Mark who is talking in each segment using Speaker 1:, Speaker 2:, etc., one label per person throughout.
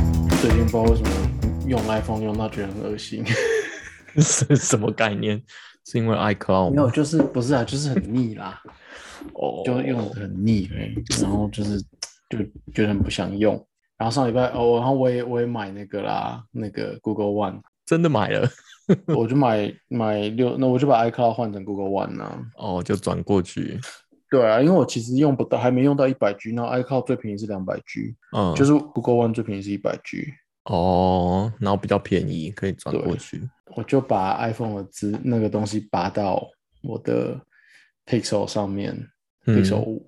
Speaker 1: 不知道为什么用 iPhone 用到觉得很恶心。
Speaker 2: 是什么概念？是因为 iCloud
Speaker 1: 没
Speaker 2: 吗
Speaker 1: 有，就是不是啊，就是很腻 啦，
Speaker 2: 哦
Speaker 1: 就用得很腻、欸，然后就是就觉得很不想用。然后上礼拜哦，然后我也我也买那个啦，那个 Google One，
Speaker 2: 真的买了
Speaker 1: 我就买 买六，那我就把 iCloud 换成 Google One 啊。
Speaker 2: 哦，就转过去，
Speaker 1: 对啊，因为我其实用不到，还没用到一百 G，然后 iCloud 最便宜是两百 G，
Speaker 2: 嗯，
Speaker 1: 就是 Google One 最便宜是一百 G。
Speaker 2: 哦，然后比较便宜，可以转
Speaker 1: 对
Speaker 2: 过去。
Speaker 1: 我就把 iPhone 的资那个东西拔到我的 Pixel 上面、
Speaker 2: 嗯
Speaker 1: p i x e l 五。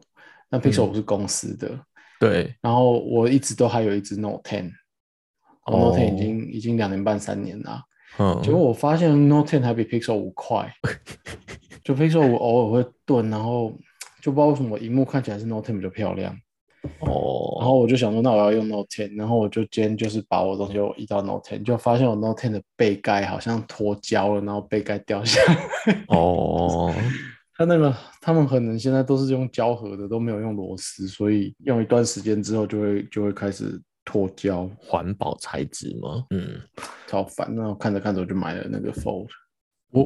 Speaker 1: 那 Pixel 五是公司的，
Speaker 2: 对，
Speaker 1: 然后我一直都还有一只 Note Ten，我
Speaker 2: 哦
Speaker 1: Note Ten 已经、已经两年半三年啦。
Speaker 2: 嗯，
Speaker 1: 结果我发现 Note Ten 还比 Pixel 五 快，就 Pixel 五偶尔会顿，然后就不知道为什么我荧幕看起来是 Note Ten 比较漂亮。然
Speaker 2: 哦，
Speaker 1: 后我就想说，那我要用 Note 10，然后我就今天就是把我的东西我移到 Note 10，就发现我 Note 10的背盖好像脱胶了，然后背盖掉下来。
Speaker 2: 哦，
Speaker 1: 它那个他们可能现在都是用胶合的，都没有用螺丝，所以用一段时间之后就会就会开始脱胶，
Speaker 2: 环保材质吗？嗯，
Speaker 1: 超烦。那我看着看着我就买了那个 Fold，
Speaker 2: 我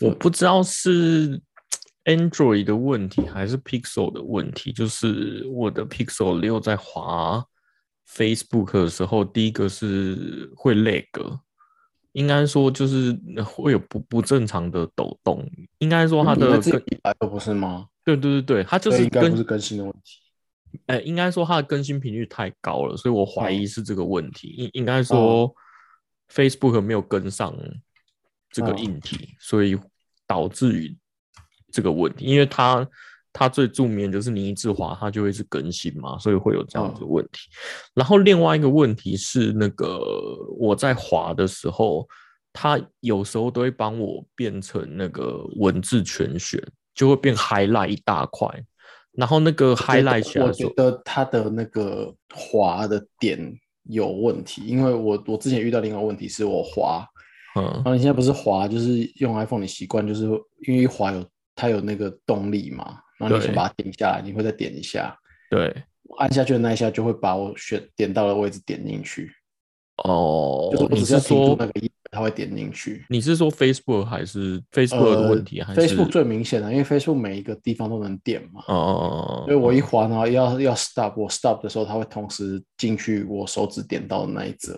Speaker 2: 我
Speaker 1: 嗯
Speaker 2: 不知道是 Android 的问题还是 Pixel 的问题，就是我的 Pixel 六在滑 Facebook 的时候，第一个是会 lag，应该说就是会有不不正常的抖动，应该说哦它
Speaker 1: 你
Speaker 2: 的
Speaker 1: 们自己
Speaker 2: 更
Speaker 1: 移来的不是吗？
Speaker 2: 对对对对，它就
Speaker 1: 所以
Speaker 2: 是
Speaker 1: 应该不是
Speaker 2: 跟
Speaker 1: 更新的问题。
Speaker 2: 呃，应该说它的更新频率太高了，所以我怀
Speaker 1: 哦
Speaker 2: 疑是这个问题。应应该说，Facebook 没有跟上这个
Speaker 1: 嗯
Speaker 2: 硬体，所以导致于这个问题。因为它它最著名的就是你一直滑，它就会是更新嘛，所以会有这样
Speaker 1: 哦
Speaker 2: 子的问题。然后另外一个问题是，那个我在滑的时候，它有时候都会帮我变成那个文字全选，就会变 highlight 一大块。然后那个 highlight 起
Speaker 1: 哦
Speaker 2: 来
Speaker 1: 我
Speaker 2: 的时
Speaker 1: 觉
Speaker 2: 候，
Speaker 1: 得它的那个滑的点有问题，因为我我之前遇到另外一个问题是我滑。
Speaker 2: 嗯
Speaker 1: 然，后你现在不是滑，就是用 iPhone 你习惯，就是因为一滑有它有那个动力嘛，然后你
Speaker 2: 对
Speaker 1: 先把它点下来，你会再点一下，
Speaker 2: 对，
Speaker 1: 按下去的那一下就会把我选点到的位置点进去，
Speaker 2: 哦
Speaker 1: 就是，我
Speaker 2: 你
Speaker 1: 只是要
Speaker 2: 是
Speaker 1: 停住
Speaker 2: 说
Speaker 1: 那个页，它会点进去。
Speaker 2: 你是说 Facebook 还是 Facebook 的问题，还是
Speaker 1: 呃 Facebook 最明显的，因为 Facebook 每一个地方都能点嘛，
Speaker 2: 哦哦哦，
Speaker 1: 所以我一滑，然后要要 stop，我 stop 的时候，它会同时进去我手指点到的那一则。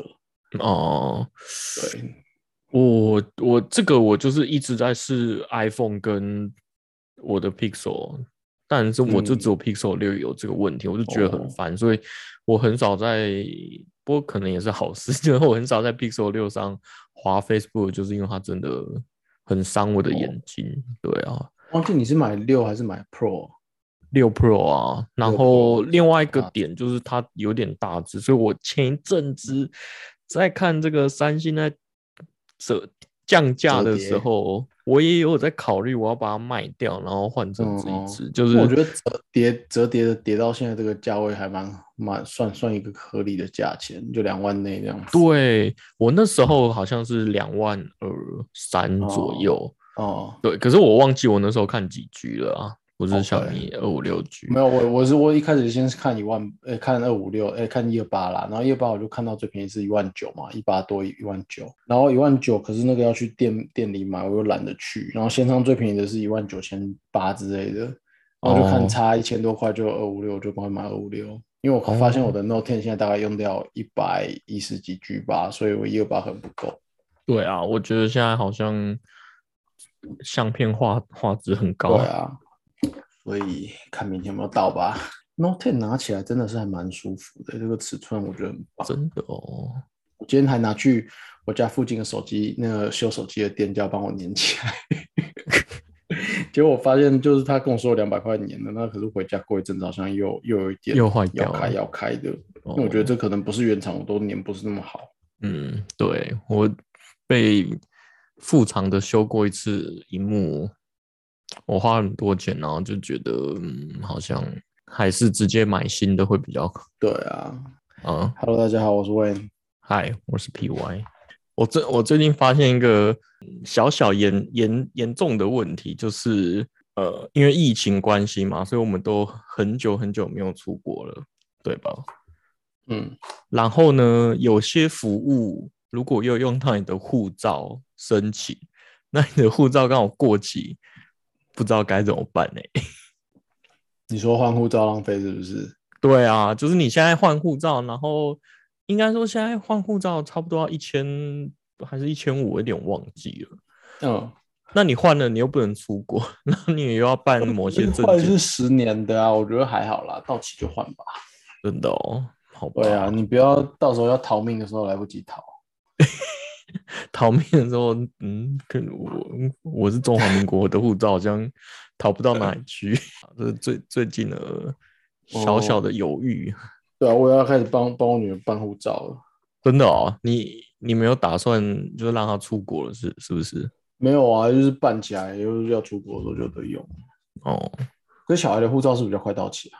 Speaker 2: 哦哦，
Speaker 1: 对，
Speaker 2: 我我这个我就是一直在试 iPhone 跟我的 Pixel，但是我就只有 Pixel 六有这个问题，我就觉得很
Speaker 1: 嗯哦
Speaker 2: 烦，所以我很少在，不过可能也是好事， 就是我很少在 Pixel 六上滑 Facebook，就是因为它真的很伤我的
Speaker 1: 哦
Speaker 2: 眼睛，对啊。
Speaker 1: 忘记你是买六还是买 Pro？啊
Speaker 2: 六 Pro 啊，然
Speaker 1: 6
Speaker 2: 后
Speaker 1: Pro
Speaker 2: 另外一个
Speaker 1: 大嗯
Speaker 2: 点就是它有点大只，所以我前一阵子在看这个三星在折降价
Speaker 1: 折
Speaker 2: 的
Speaker 1: 叠
Speaker 2: 时候，我也有在考虑我要把它卖掉，然后换成这一
Speaker 1: 哦
Speaker 2: 只，就是
Speaker 1: 我觉得折叠折叠的叠到现在这个价位还蛮蛮算算一个合理的价钱，就两万内这样子。
Speaker 2: 对我那时候好像是两万二三左
Speaker 1: 哦
Speaker 2: 右，
Speaker 1: 哦，
Speaker 2: 对，可是我忘记我那时候看几 G 了啊，我是
Speaker 1: OK
Speaker 2: 小米二五六 G，
Speaker 1: 没有我我是我一开始先是看一万，呃，看二五六，哎，看一二八啦，然后一二八我就看到最便宜是一万九嘛，一八多一万九，然后一万九可是那个要去店店里买，我又懒得去，然后线上最便宜的是一万九千八之类的，然后就
Speaker 2: 哦
Speaker 1: 看差一千多块就二五六，我就赶快买二五六。因为我发现
Speaker 2: 哦
Speaker 1: 我的 Note 10现在大概用掉一百一十几 G 吧，所以我一二八很不够。
Speaker 2: 对啊，我觉得现在好像相片画画质很高，
Speaker 1: 对啊，所以看明天有没有到吧。Note 10拿起来真的是还蛮舒服的，这个尺寸我觉得很棒。
Speaker 2: 真的哦。
Speaker 1: 我今天还拿去我家附近的手机那个修手机的店家帮我粘起来， 结果我发现就是他跟我说两百块粘的，那可是回家过一阵子好像又又有一点
Speaker 2: 又坏掉
Speaker 1: 要
Speaker 2: 了
Speaker 1: 开要开的。
Speaker 2: 哦
Speaker 1: 那我觉得这可能不是原厂，我都粘不是那么好。
Speaker 2: 嗯，对我被副厂的修过一次荧幕，我花很多钱，然后就觉得嗯，好像还是直接买新的会比较
Speaker 1: 对啊
Speaker 2: 啊。
Speaker 1: ，Hello，大家好，我是 Wayne。
Speaker 2: 嗨，我是 PY。我最我最近发现一个小小严严严重的问题，就是呃，因为疫情关系嘛，所以我们都很久很久没有出国了，对吧？
Speaker 1: 嗯
Speaker 2: 然后呢，有些服务如果又用到你的护照申请，那你的护照刚好过期，不知道该怎么办呢、欸
Speaker 1: 你说换护照浪费是不是？
Speaker 2: 对啊，就是你现在换护照，然后应该说现在换护照差不多要一千还是一千五，我有点忘记了。
Speaker 1: 嗯，
Speaker 2: 那你换了，你又不能出国， 那你也要办某些证
Speaker 1: 换
Speaker 2: 件
Speaker 1: 是，十年的啊，我觉得还好啦，到期就换吧。
Speaker 2: 真的哦，好吧？
Speaker 1: 对啊，你不要到时候要逃命的时候来不及逃。
Speaker 2: 逃命的时候，嗯，跟我我是中华民国，我的护照好像逃不到哪里去， 这是最最近的小小的犹豫。
Speaker 1: 对啊，我也要开始帮帮我女儿办护照了。
Speaker 2: 真的哦，你你没有打算就是让他出国了，是是不是？
Speaker 1: 没有啊，就是办起来，就是要出国的时候就得用。
Speaker 2: 哦，
Speaker 1: 可是小孩的护照是比较快到期啊。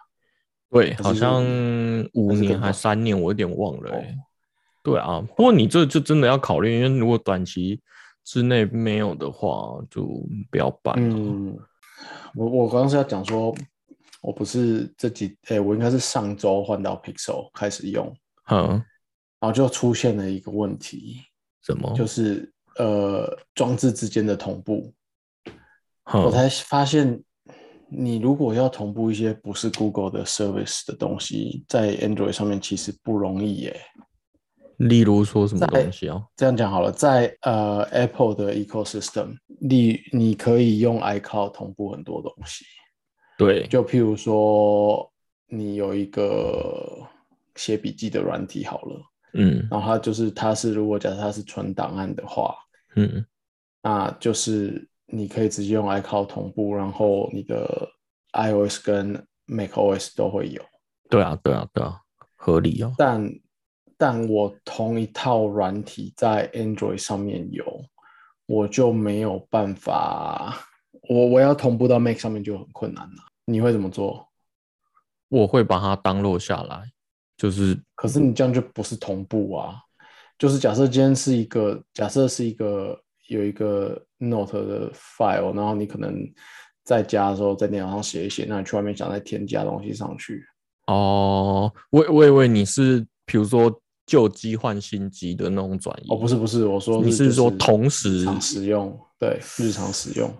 Speaker 2: 对，
Speaker 1: 还
Speaker 2: 好
Speaker 1: 是
Speaker 2: 像五
Speaker 1: 还是
Speaker 2: 年
Speaker 1: 更
Speaker 2: 还
Speaker 1: 早
Speaker 2: 三年，我有点忘了、欸。
Speaker 1: 哦
Speaker 2: 对啊，不过你这就真的要考虑，因为如果短期之内没有的话，就不要办了。
Speaker 1: 嗯，我我刚刚是要讲说，我不是这几，哎、我应该是上周换到 Pixel 开始用，
Speaker 2: 哼，
Speaker 1: 然后就出现了一个问题，
Speaker 2: 什么？
Speaker 1: 就是呃装置之间的同步，我
Speaker 2: 哼，
Speaker 1: 才发现，你如果要同步一些不是 Google 的 service 的东西，在 Android 上面其实不容易耶、
Speaker 2: 例如说什么
Speaker 1: 在
Speaker 2: 东西啊？
Speaker 1: 这样讲好了，在呃 Apple 的 ecosystem 你你可以用 iCloud 同步很多东西，
Speaker 2: 对，
Speaker 1: 就譬如说你有一个写笔记的软体好了，
Speaker 2: 嗯
Speaker 1: 然后它就是它是如果假设它是存档案的话，
Speaker 2: 嗯，
Speaker 1: 那就是你可以直接用 iCloud 同步，然后你的 iOS 跟 macOS 都会有。
Speaker 2: 对啊对啊对啊，合理哦。
Speaker 1: 但但我同一套软体在 Android 上面有，我就没有办法，我我要同步到 Mac 上面就很困难了。你会怎么做？
Speaker 2: 我会把它当落下来，就是
Speaker 1: 可是你这样就不是同步啊。就是假设今天是一个，假设是一个有一个 Note 的 file，然后你可能在家的时候在电脑上写一写，那你去外面想再添加东西上去。
Speaker 2: 哦，我我以为你是比如说旧机换新机的那种转移。
Speaker 1: 哦，不是不是，我说
Speaker 2: 你
Speaker 1: 是
Speaker 2: 是说
Speaker 1: 就
Speaker 2: 同时
Speaker 1: 日常使用？对，日常使用。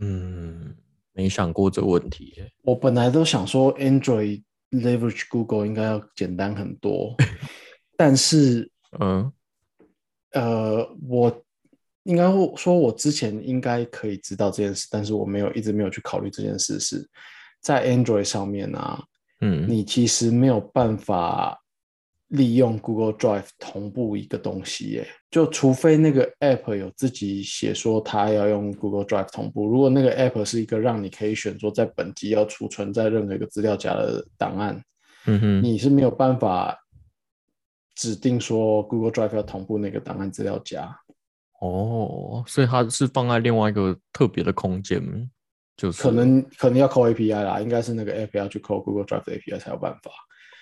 Speaker 2: 嗯，没想过这问题耶。
Speaker 1: 我本来都想说 Android leverage Google 应该要简单很多，但是
Speaker 2: 嗯，
Speaker 1: 呃，我应该会说，我之前应该可以知道这件事，但是我没有一直没有去考虑这件事是在 Android 上面啊，
Speaker 2: 嗯，
Speaker 1: 你其实没有办法利用 Google Drive 同步一个东西耶，就除非那个 App 有自己写说它要用 Google Drive 同步。如果那个 App 是一个让你可以选说在本集要储存在任何一个资料夹的档案，
Speaker 2: 嗯哼，
Speaker 1: 你是没有办法指定说 Google Drive 要同步那个档案资料夹。
Speaker 2: 哦，所以它是放在另外一个特别的空间，就是
Speaker 1: 可能可能要扣 API 啦，应该是那个 app 要去扣 Google Drive 的 API 才有办法。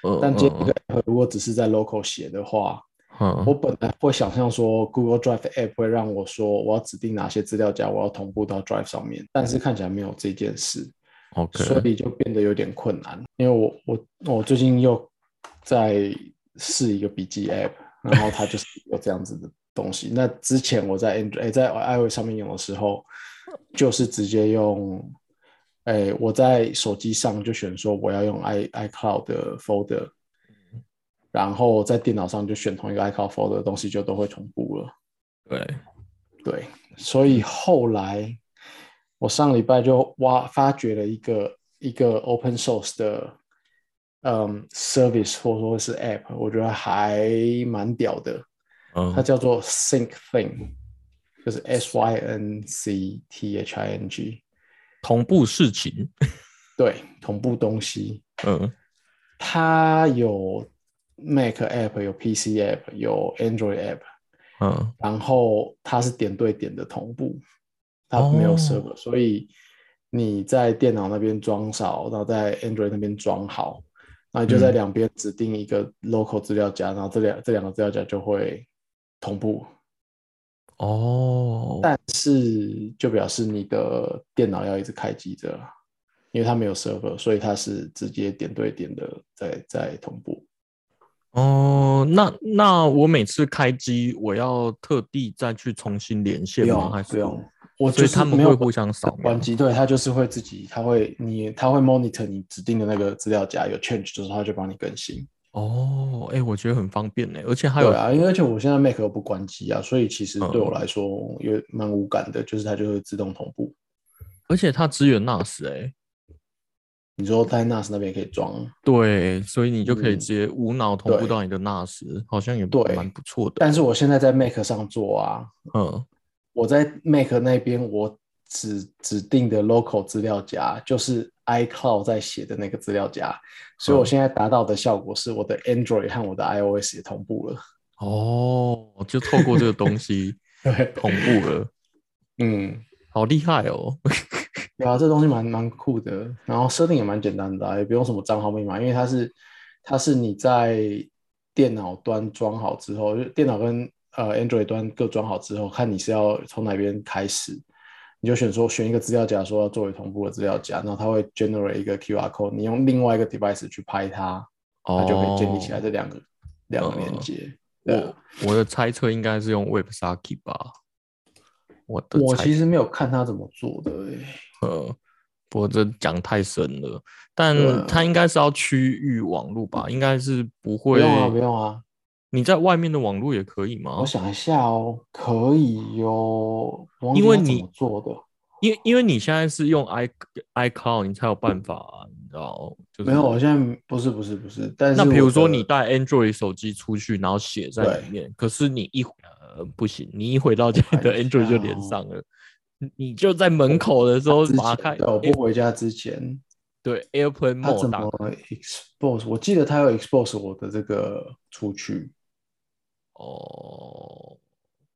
Speaker 2: 呃，
Speaker 1: 但这
Speaker 2: 嗯
Speaker 1: 个 app 如果只是在 local 写的话，
Speaker 2: 嗯
Speaker 1: 我本来会想象说 Google Drive app 会让我说我要指定哪些资料夹，我要同步到 Drive 上面，但是看起来没有这件事，
Speaker 2: ，OK，
Speaker 1: 所以就变得有点困难。因为我我我最近又在试一个笔记 app，然后它就是有这样子的东西。那之前我在 Android 在 iOS 上面用的时候，就是直接用。哎，我在手机上就选说我要用 i iCloud 的 folder，然后在电脑上就选同一个 iCloud folder 的东西，就都会同步了。
Speaker 2: 对，
Speaker 1: 对，所以后来我上礼拜就挖发掘了一个一个 open source 的嗯 service 或者说是 app，我觉得还蛮屌的。它
Speaker 2: 嗯，
Speaker 1: 叫做 Sync Thing，就是 S Y N C T H I N G，
Speaker 2: 同步事情，
Speaker 1: 对，同步东西。
Speaker 2: 嗯
Speaker 1: 它有 Mac app，有 PC app，有 Android app，
Speaker 2: 嗯，
Speaker 1: 然后它是点对点的同步，它
Speaker 2: 哦
Speaker 1: 没有 server，、所以你在电脑那边装少，然后在 Android 那边装好，那你就在
Speaker 2: 嗯
Speaker 1: 两边指定一个 local 资料夹，然后这两这两个资料夹就会同步，
Speaker 2: 哦，
Speaker 1: 但是就表示你的电脑要一直开机着，因为它没有 server，所以它是直接点对点的在在同步。
Speaker 2: 哦，那那我每次开机，我要特地再去重新连
Speaker 1: 不
Speaker 2: 线吗？还
Speaker 1: 用
Speaker 2: 是
Speaker 1: 不用？，我
Speaker 2: 所
Speaker 1: 就
Speaker 2: 以
Speaker 1: 是
Speaker 2: 他们
Speaker 1: 没有
Speaker 2: 会互相扫描
Speaker 1: 关机，对，它就是会自己，它会你它会 monitor 你指定的那个资料夹有 change 之后，它就帮你更新。
Speaker 2: 哦，哎、我觉得很方便呢，而且还有
Speaker 1: 对啊，因为而且我现在 Mac 又不关机啊，所以其实
Speaker 2: 嗯
Speaker 1: 对我来说有蛮无感的，就是它就会自动同步。
Speaker 2: 而且它支援 NAS 哎，
Speaker 1: 你说在 NAS 那边也可以装，
Speaker 2: 对，所以你就可以
Speaker 1: 嗯
Speaker 2: 直接无脑同步
Speaker 1: 对
Speaker 2: 到你的 NAS，好像也
Speaker 1: 对
Speaker 2: 蛮不错的。
Speaker 1: 但是我现在在 Mac 上做啊，
Speaker 2: 嗯，
Speaker 1: 我在 Mac 那边我指指定的 local 资料夹就是 iCloud 在写的那个资料夹，所以
Speaker 2: 嗯
Speaker 1: 我现在达到的效果是我的 Android 和我的 iOS 也同步了。
Speaker 2: 哦，就透过这个东 西
Speaker 1: 对，
Speaker 2: 同步了，
Speaker 1: 嗯，
Speaker 2: 好厉害 哦！
Speaker 1: 对啊，这东西蛮蛮酷的，然后设定也蛮简单的啊、也不用什么账号密码，因为它是它是你在电脑端装好之后，就电脑跟呃 Android 端各装好之后，看你是要从哪边开始，你就选说选一个资料夹，说要作为同步的资料夹，然后它会 generate 一个 QR code，你用另外一个 device 去拍它，它
Speaker 2: 哦，
Speaker 1: 就可以建立起来这两个、两个
Speaker 2: 嗯
Speaker 1: 连接。对啊
Speaker 2: 我我的猜测应该是用 Websaki 吧，我的
Speaker 1: 我
Speaker 2: 猜
Speaker 1: 其实没有看它怎么做的、欸，
Speaker 2: 我这讲太深了，但
Speaker 1: 对啊
Speaker 2: 它应该是要区域网络吧，应该是
Speaker 1: 不
Speaker 2: 不会。
Speaker 1: 用啊，不用啊，
Speaker 2: 你在外面的网络也可以吗
Speaker 1: 我？想一下哦，可以哟、我忘记
Speaker 2: 因为
Speaker 1: 它怎
Speaker 2: 你
Speaker 1: 么做的
Speaker 2: 因因为你现在是用 i iCloud，你才有办法、啊你知道？就是
Speaker 1: 没有，我现在不是不是不是，但是
Speaker 2: 那比如
Speaker 1: 我
Speaker 2: 说
Speaker 1: 的
Speaker 2: 你带 Android 手机出去，然后写在里
Speaker 1: 对
Speaker 2: 面，可是你一呃不行，你一回到家你的
Speaker 1: 看一
Speaker 2: Android
Speaker 1: 下
Speaker 2: 就连
Speaker 1: 哦
Speaker 2: 上了，你你就在门口的时候
Speaker 1: 之
Speaker 2: 打
Speaker 1: 前
Speaker 2: 开
Speaker 1: 对我不回家之前，
Speaker 2: 对 AirPlane
Speaker 1: 他怎
Speaker 2: Mode
Speaker 1: 么
Speaker 2: 打开
Speaker 1: expose？我记得他有 expose 我的这个出去，
Speaker 2: 哦，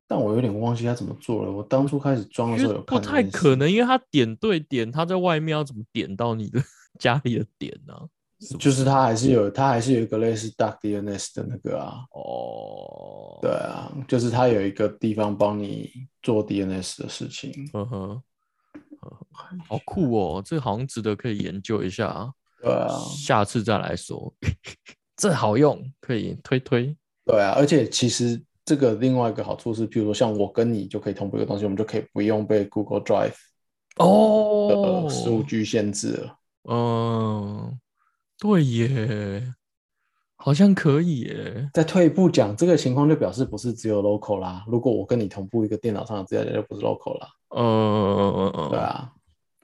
Speaker 1: 但我有点忘记他怎么做了。我当初开始装的时
Speaker 2: 因
Speaker 1: 候
Speaker 2: 为
Speaker 1: 有
Speaker 2: 不
Speaker 1: 看这
Speaker 2: 太
Speaker 1: 件事，
Speaker 2: 可能，因为它点对点，它在外面要怎么点到你的 家里的点呢、不
Speaker 1: 就是他还是有他还是有一个类似 Duck DNS 的那个啊，
Speaker 2: 哦，
Speaker 1: 对，啊，就是他有一个地方帮你做 DNS 的事情。
Speaker 2: 呵呵，嗯好酷哦，这好像值得可以研究一下啊，
Speaker 1: 对啊，
Speaker 2: 下次再来说， 这好用，可以推推。
Speaker 1: 对啊，而且其实这个另外一个好处是，譬如说像我跟你就可以同步一个东西，我们就可以不用被 Google Drive
Speaker 2: 哦
Speaker 1: 呃的，数据限制了。
Speaker 2: 嗯，对耶，好像可以耶。
Speaker 1: 再退一步讲，这个情况就表示不是只有 local 啦。如果我跟你同步一个电脑上的资料夹，就不是 local 啦。
Speaker 2: 呃，
Speaker 1: 对，啊，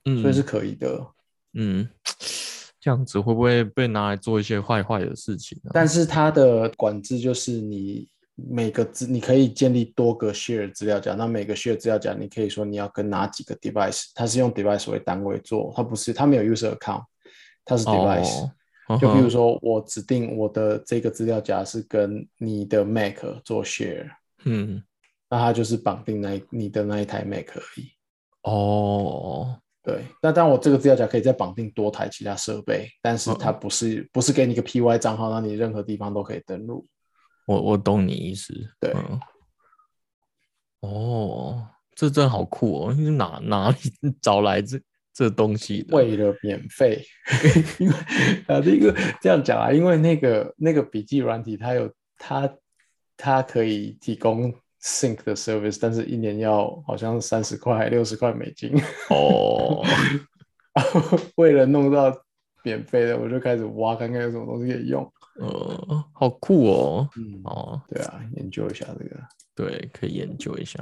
Speaker 2: 嗯，
Speaker 1: 所以是可以的。
Speaker 2: 嗯，这样子会不会被拿来做一些坏坏的事情呢、啊
Speaker 1: 但是它的管制就是你每个资你可以建立多个 share 资料夹，那每个 share 资料夹你可以说你要跟哪几个 device，它是用 device 为单位做，它不是它没有 user account，它是 device。
Speaker 2: 哦，
Speaker 1: 就比如说，
Speaker 2: 说，
Speaker 1: 我指定我的这个资料夹是跟你的 Mac 做 share，
Speaker 2: 嗯，
Speaker 1: 那它就是绑定那一你的那一台 Mac 而已。
Speaker 2: 哦，
Speaker 1: 对，那当然我这个资料夹可以再绑定多台其他设备，但是它不是、不是给你一个 PY 账号，让你任何地方都可以登录。
Speaker 2: 我我懂你意思，
Speaker 1: 对
Speaker 2: 嗯哦，这真好酷哦！你哪哪里找来这这东西的？
Speaker 1: 为了免费， 因为啊，这个这样讲啊，因为那个那个笔记软体它有它它可以提供 sync 的 service，但是一年要好像三十块六十块美金。
Speaker 2: 哦，
Speaker 1: 为了弄到免费的，我就开始挖，看看有什么东西可以用。
Speaker 2: 呃，好酷哦！
Speaker 1: 嗯，
Speaker 2: 哦，
Speaker 1: 对啊，研究一下这个。
Speaker 2: 对，可以研究一下，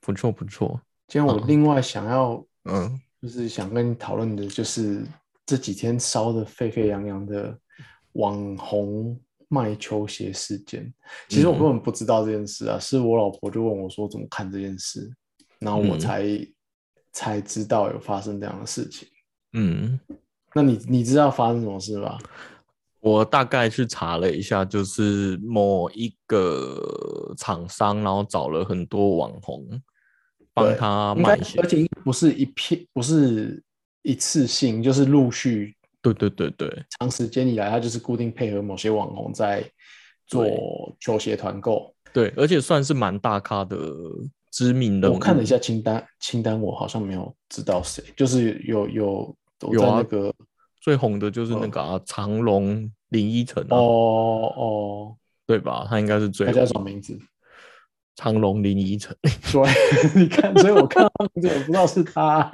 Speaker 2: 不错不错。
Speaker 1: 今天我
Speaker 2: 好
Speaker 1: 另外想要，
Speaker 2: 嗯，
Speaker 1: 就是想跟你讨论的，就是这几天烧的沸沸扬扬的网红卖球鞋事件。其实我
Speaker 2: 嗯
Speaker 1: 根本不知道这件事啊，是我老婆就问我说怎么看这件事，然后我
Speaker 2: 嗯
Speaker 1: 才、才知道有发生这样的事情。
Speaker 2: 嗯，
Speaker 1: 那你你知道发生什么事吧？
Speaker 2: 我大概去查了一下，就是某一个厂商，然后找了很多网红帮
Speaker 1: 对
Speaker 2: 他
Speaker 1: 应该
Speaker 2: 卖鞋
Speaker 1: 而。且应该不是一片，不是一次性，就是陆续
Speaker 2: 对对对对
Speaker 1: 长时间以来，它就是固定配合某些网红在做球鞋团购。
Speaker 2: 对，而且算是蛮大咖的知名人物。
Speaker 1: 我看了一下清单，清单我好像没有知道谁，就是有有我
Speaker 2: 有
Speaker 1: 在
Speaker 2: 啊
Speaker 1: 那个嗯
Speaker 2: 最红的就是那个、啊长隆林依晨啊，
Speaker 1: 哦哦，
Speaker 2: 对吧？他应该是最
Speaker 1: 他叫什么名字？
Speaker 2: 长隆林依晨，
Speaker 1: 对， 你看，所以我看到名字，我不知道是他。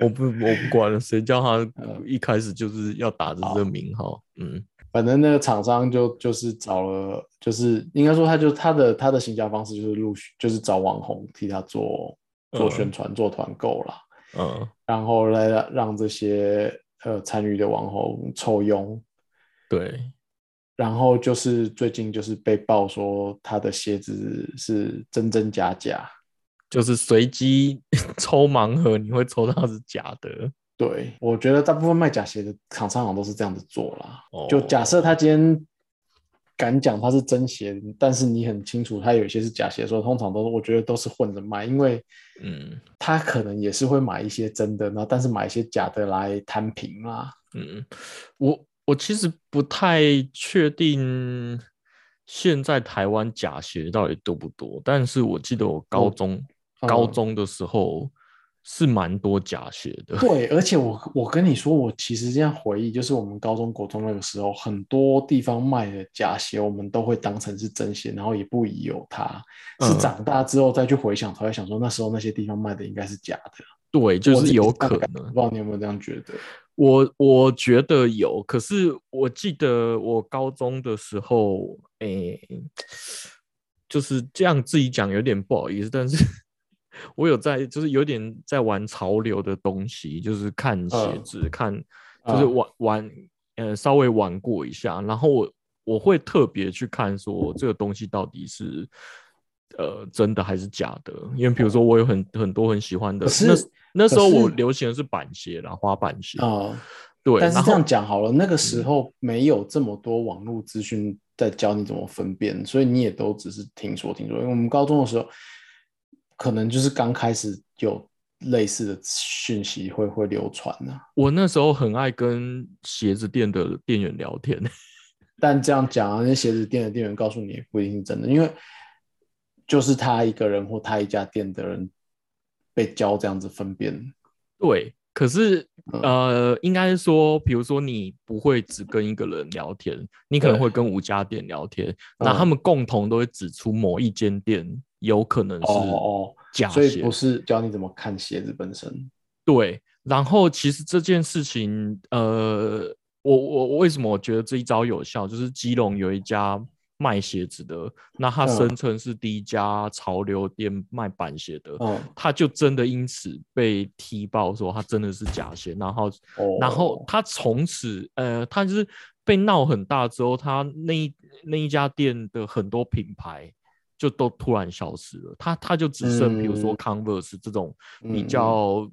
Speaker 2: 我不我不管了，谁叫他
Speaker 1: 嗯
Speaker 2: 一开始就是要打着这个名号？嗯，
Speaker 1: 反正那个厂商就就是找了，就是应该说他就他的他的行销方式就是陆续就是找网红替他做做宣传、做团购啦，
Speaker 2: 嗯，
Speaker 1: 然后来让这些呃参与的网红抽佣，
Speaker 2: 对，
Speaker 1: 然后就是最近就是被爆说他的鞋子是真真假假，
Speaker 2: 就是随机 抽盲盒，你会抽到是假的。
Speaker 1: 对我觉得大部分卖假鞋的厂商好像都是这样子做啦。
Speaker 2: 哦
Speaker 1: 就假设他今天敢讲他是真鞋，但是你很清楚他有一些是假鞋的时候，通常都我觉得都是混着卖，因为
Speaker 2: 嗯
Speaker 1: 他可能也是会买一些真的，然后但是买一些假的来摊平 啦。
Speaker 2: 嗯，我我其实不太确定现在台湾假鞋到底多不多，但是我记得我高中、
Speaker 1: 嗯
Speaker 2: 高中的时候是蛮多假鞋的。
Speaker 1: 对，而且我我跟你说，我其实这样回忆，就是我们高中、国中那个时候，很多地方卖的假鞋，我们都会当成是真鞋，然后也不疑有他。是
Speaker 2: 嗯
Speaker 1: 长大之后再去回想，才会想说那时候那些地方卖的应该是假的。
Speaker 2: 对，
Speaker 1: 我
Speaker 2: 就
Speaker 1: 自
Speaker 2: 是
Speaker 1: 己
Speaker 2: 有
Speaker 1: 大
Speaker 2: 可
Speaker 1: 概不
Speaker 2: 能
Speaker 1: 知。道你有没有这样觉得？
Speaker 2: 我我觉得有，可是我记得我高中的时候，诶、就是这样自己讲有点不好意思，但是 我有在，就是有点在玩潮流的东西，就是看鞋
Speaker 1: 嗯
Speaker 2: 子，看就是
Speaker 1: 嗯
Speaker 2: 玩、玩，呃，稍微玩过一下，然后我我会特别去看说这个东西到底是。呃，真的还是假的？因为比如说，我有很很多很喜欢的，
Speaker 1: 可
Speaker 2: 那
Speaker 1: 是
Speaker 2: 那时
Speaker 1: 可
Speaker 2: 候我
Speaker 1: 是
Speaker 2: 流行的是板鞋啦，滑板鞋
Speaker 1: 啊、
Speaker 2: 对，
Speaker 1: 但是
Speaker 2: 然
Speaker 1: 这
Speaker 2: 后嗯
Speaker 1: 样讲好了，那个时候没有这么多网络资讯在教你怎么分辨，所以你也都只是听说听说。因为我们高中的时候，可能就是刚开始有类似的讯息会会流传啊呢、
Speaker 2: 我那时候很爱跟鞋子店的店员聊天，
Speaker 1: 但这样讲啊，那些鞋子店的店员告诉你也不一定是真的，因为就是他一个人或他一家店的人被教这样子分辨。
Speaker 2: 对，可是
Speaker 1: 嗯
Speaker 2: 呃，应该是说，比如说你不会只跟一个人聊天，你可能
Speaker 1: 对
Speaker 2: 会跟五家店聊天，那他
Speaker 1: 嗯
Speaker 2: 们共同都会指出某一间店有可能是
Speaker 1: 哦哦，
Speaker 2: 假
Speaker 1: 所以
Speaker 2: 鞋
Speaker 1: 不，是教你怎么看鞋子本身。
Speaker 2: 对。然后其实这件事情，呃，我我我为什么我觉得这一招有效，就是基隆有一家。卖鞋子的，那他
Speaker 1: 嗯
Speaker 2: 声称是第一家潮流店卖板鞋的，
Speaker 1: 嗯，
Speaker 2: 他就真的因此被踢爆，说他真的是假鞋，然后，
Speaker 1: 哦，
Speaker 2: 然后他从此，呃，他就是被闹很大之后，他那一那一家店的很多品牌就都突然消失了，他他就只剩比如说
Speaker 1: 嗯
Speaker 2: Converse 这种比
Speaker 1: 嗯嗯
Speaker 2: 较、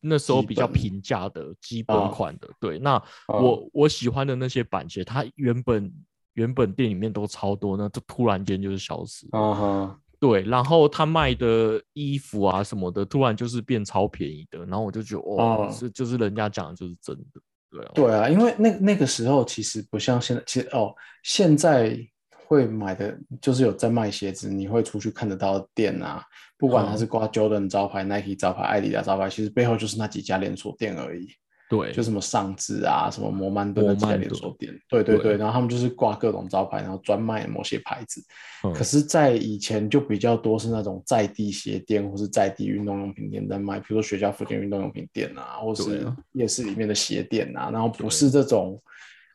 Speaker 2: 那时候比较
Speaker 1: 基本
Speaker 2: 平价的基本
Speaker 1: 啊
Speaker 2: 款的，对，那
Speaker 1: 嗯
Speaker 2: 我我喜欢的那些板鞋，它原本原本店里面都超多，那就突然间就是消失了
Speaker 1: 啊哈，
Speaker 2: 对，然后他卖的衣服啊什么的，突然就是变超便宜的，然后我就觉得，哦，
Speaker 1: 哦
Speaker 2: 这、就是人家讲的就是真的，对啊，
Speaker 1: 对啊，因为那那个时候其实不像现在，其实哦，现在会买的就是有在卖鞋子，你会出去看得到的店啊，不管它
Speaker 2: 嗯
Speaker 1: 是挂 Jordan 招牌、Nike 招牌、艾迪达招牌，其实背后就是那几家连锁店而已，
Speaker 2: 对，
Speaker 1: 就什么尚志啊、什么摩曼顿
Speaker 2: 摩
Speaker 1: 那几家
Speaker 2: 曼
Speaker 1: 连
Speaker 2: 顿
Speaker 1: 锁店，对对
Speaker 2: 对
Speaker 1: 对，然后他们就是挂各种招牌，然后专卖某些牌子。
Speaker 2: 嗯
Speaker 1: 可是，在以前就比较多是那种在地鞋店或是在地运动用品店在卖，比如说学校附近运动用品店啊，或
Speaker 2: 对
Speaker 1: 是
Speaker 2: 啊
Speaker 1: 夜市里面的鞋店啊，然后不是这种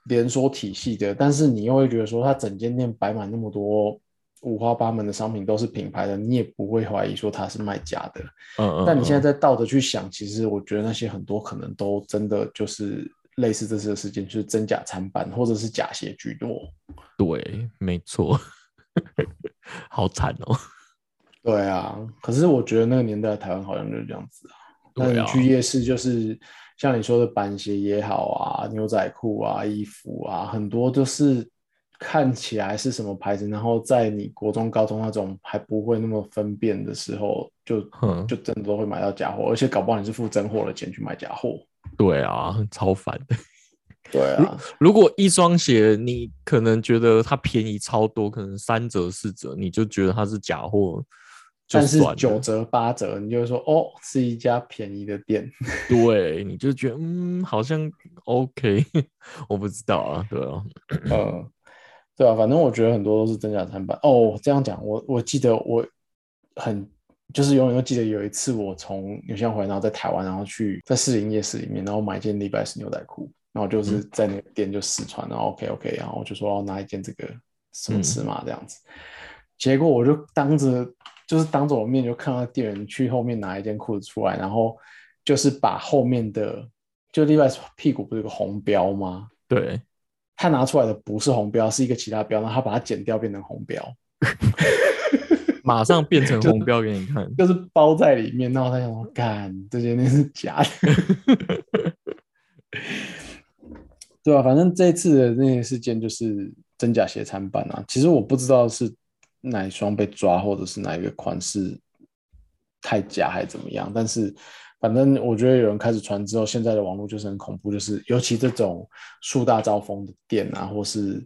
Speaker 1: 连锁体系的，但是你又会觉得说，它整间店摆满那么多五花八门的商品都是品牌的，你也不会怀疑说它是卖假的。
Speaker 2: 嗯嗯，
Speaker 1: 但你现在
Speaker 2: 嗯
Speaker 1: 再倒着去想，其实我觉得那些很多可能都真的就是类似这次的事件，就是真假参半，或者是假鞋居多。
Speaker 2: 对，没错， 好惨哦，
Speaker 1: 对啊，可是我觉得那个年代台湾好像就是这样子啊。那
Speaker 2: 对
Speaker 1: 你
Speaker 2: 啊
Speaker 1: 去夜市，就是像你说的板鞋也好啊，牛仔裤啊、衣服啊，很多都是看起来是什么牌子，然后在你国中、高中那种还不会那么分辨的时候，就
Speaker 2: 哼，
Speaker 1: 就真的都会买到假货，而且搞不好你是付真货的钱去买假货。
Speaker 2: 对啊，超烦的。
Speaker 1: 对啊，
Speaker 2: 如果一双鞋你可能觉得它便宜超多，可能三折四折，你就觉得它是假货，就
Speaker 1: 但是
Speaker 2: 算了
Speaker 1: 九折八折，你就会说哦，是一家便宜的店。
Speaker 2: 对，你就觉得嗯，好像 OK，我不知道啊，对啊，
Speaker 1: 嗯，对啊，反正我觉得很多都是真假参半。哦，这样讲，我我记得我很就是永远都记得有一次我从纽西兰回来，然后在台湾，然后去在士林夜市里面，然后买一件礼拜 s 牛仔裤，然后就是在那个店就试穿，然后 OK OK，然后我就说要拿一件这个什么尺码这样子，结果我就当着就是当着我面就看到店员去后面拿一件裤子出来，然后就是把后面的就礼拜屁股不是有个红标吗？
Speaker 2: 对，
Speaker 1: 他拿出来的不是红标，是一个其他标，然后他把它剪掉变成红标，
Speaker 2: 马上变成红标给你看。
Speaker 1: 就是包在里面。然后他想说，干，这些那是假的。对啊，反正这次的那些事件就是真假鞋参半啊。其实我不知道是哪一双被抓，或者是哪一个款式太假还是怎么样，但是反正我觉得有人开始传之后，现在的网络就是很恐怖，就是尤其这种树大招风的店啊，或是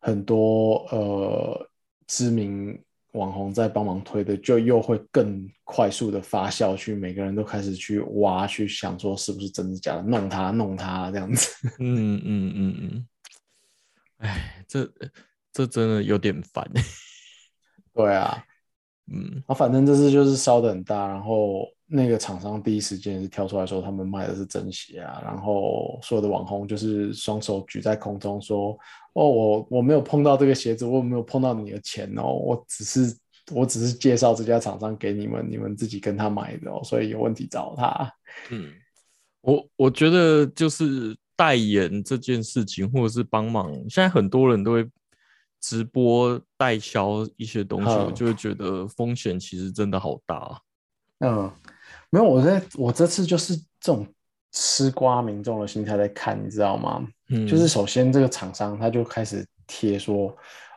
Speaker 1: 很多呃知名网红在帮忙推的，就又会更快速的发酵去，每个人都开始去挖，去想说是不是真的假的，弄它弄它这样子。
Speaker 2: 嗯嗯嗯嗯，哎，这这真的有点烦。
Speaker 1: 对啊，
Speaker 2: 嗯，
Speaker 1: 啊，反正这次就是烧的很大，然后那个厂商第一时间也是跳出来说他们卖的是真鞋啊，然后所有的网红就是双手举在空中说：“哦，我我没有碰到这个鞋子，我没有碰到你的钱哦，我只是我只是介绍这家厂商给你们，你们自己跟他买的哦，所以有问题找他。
Speaker 2: 嗯，我我觉得就是代言这件事情，或者是帮忙，现在很多人都会直播代销一些东西，
Speaker 1: 嗯
Speaker 2: 我就会觉得风险其实真的好大啊。”
Speaker 1: 嗯，没有，我在我这次就是这种吃瓜民众的心态在看，你知道吗？
Speaker 2: 嗯，
Speaker 1: 就是首先这个厂商他就开始贴说，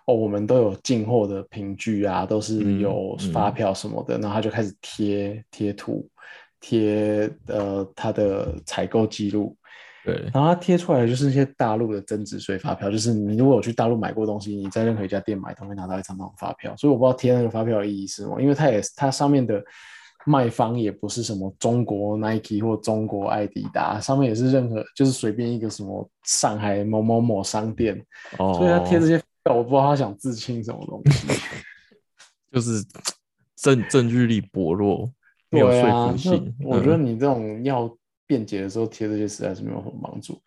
Speaker 1: 哦，我们都有进货的凭据啊，都是
Speaker 2: 嗯
Speaker 1: 有发票什么的，然后他就开始贴贴图，贴呃他的采购记录，
Speaker 2: 对，
Speaker 1: 然后他贴出来的就是那些大陆的增值税发票，就是你如果有去大陆买过东西，你在任何一家店买都会拿到一张那种发票，所以我不知道贴那个发票的意义是什么，因为它也它上面的卖方也不是什么中国 Nike 或中国艾迪达，上面也是任何就是随便一个什么上海某某某商店，
Speaker 2: 哦，
Speaker 1: 所以他贴这些票，我不知道他想自清什么东西。
Speaker 2: 就是证证据力薄弱，没有
Speaker 1: 对
Speaker 2: 说
Speaker 1: 啊
Speaker 2: 服，
Speaker 1: 那
Speaker 2: 性。
Speaker 1: 我觉得
Speaker 2: 嗯
Speaker 1: 你这种要辩解的时候贴这些实在是没有什么帮助。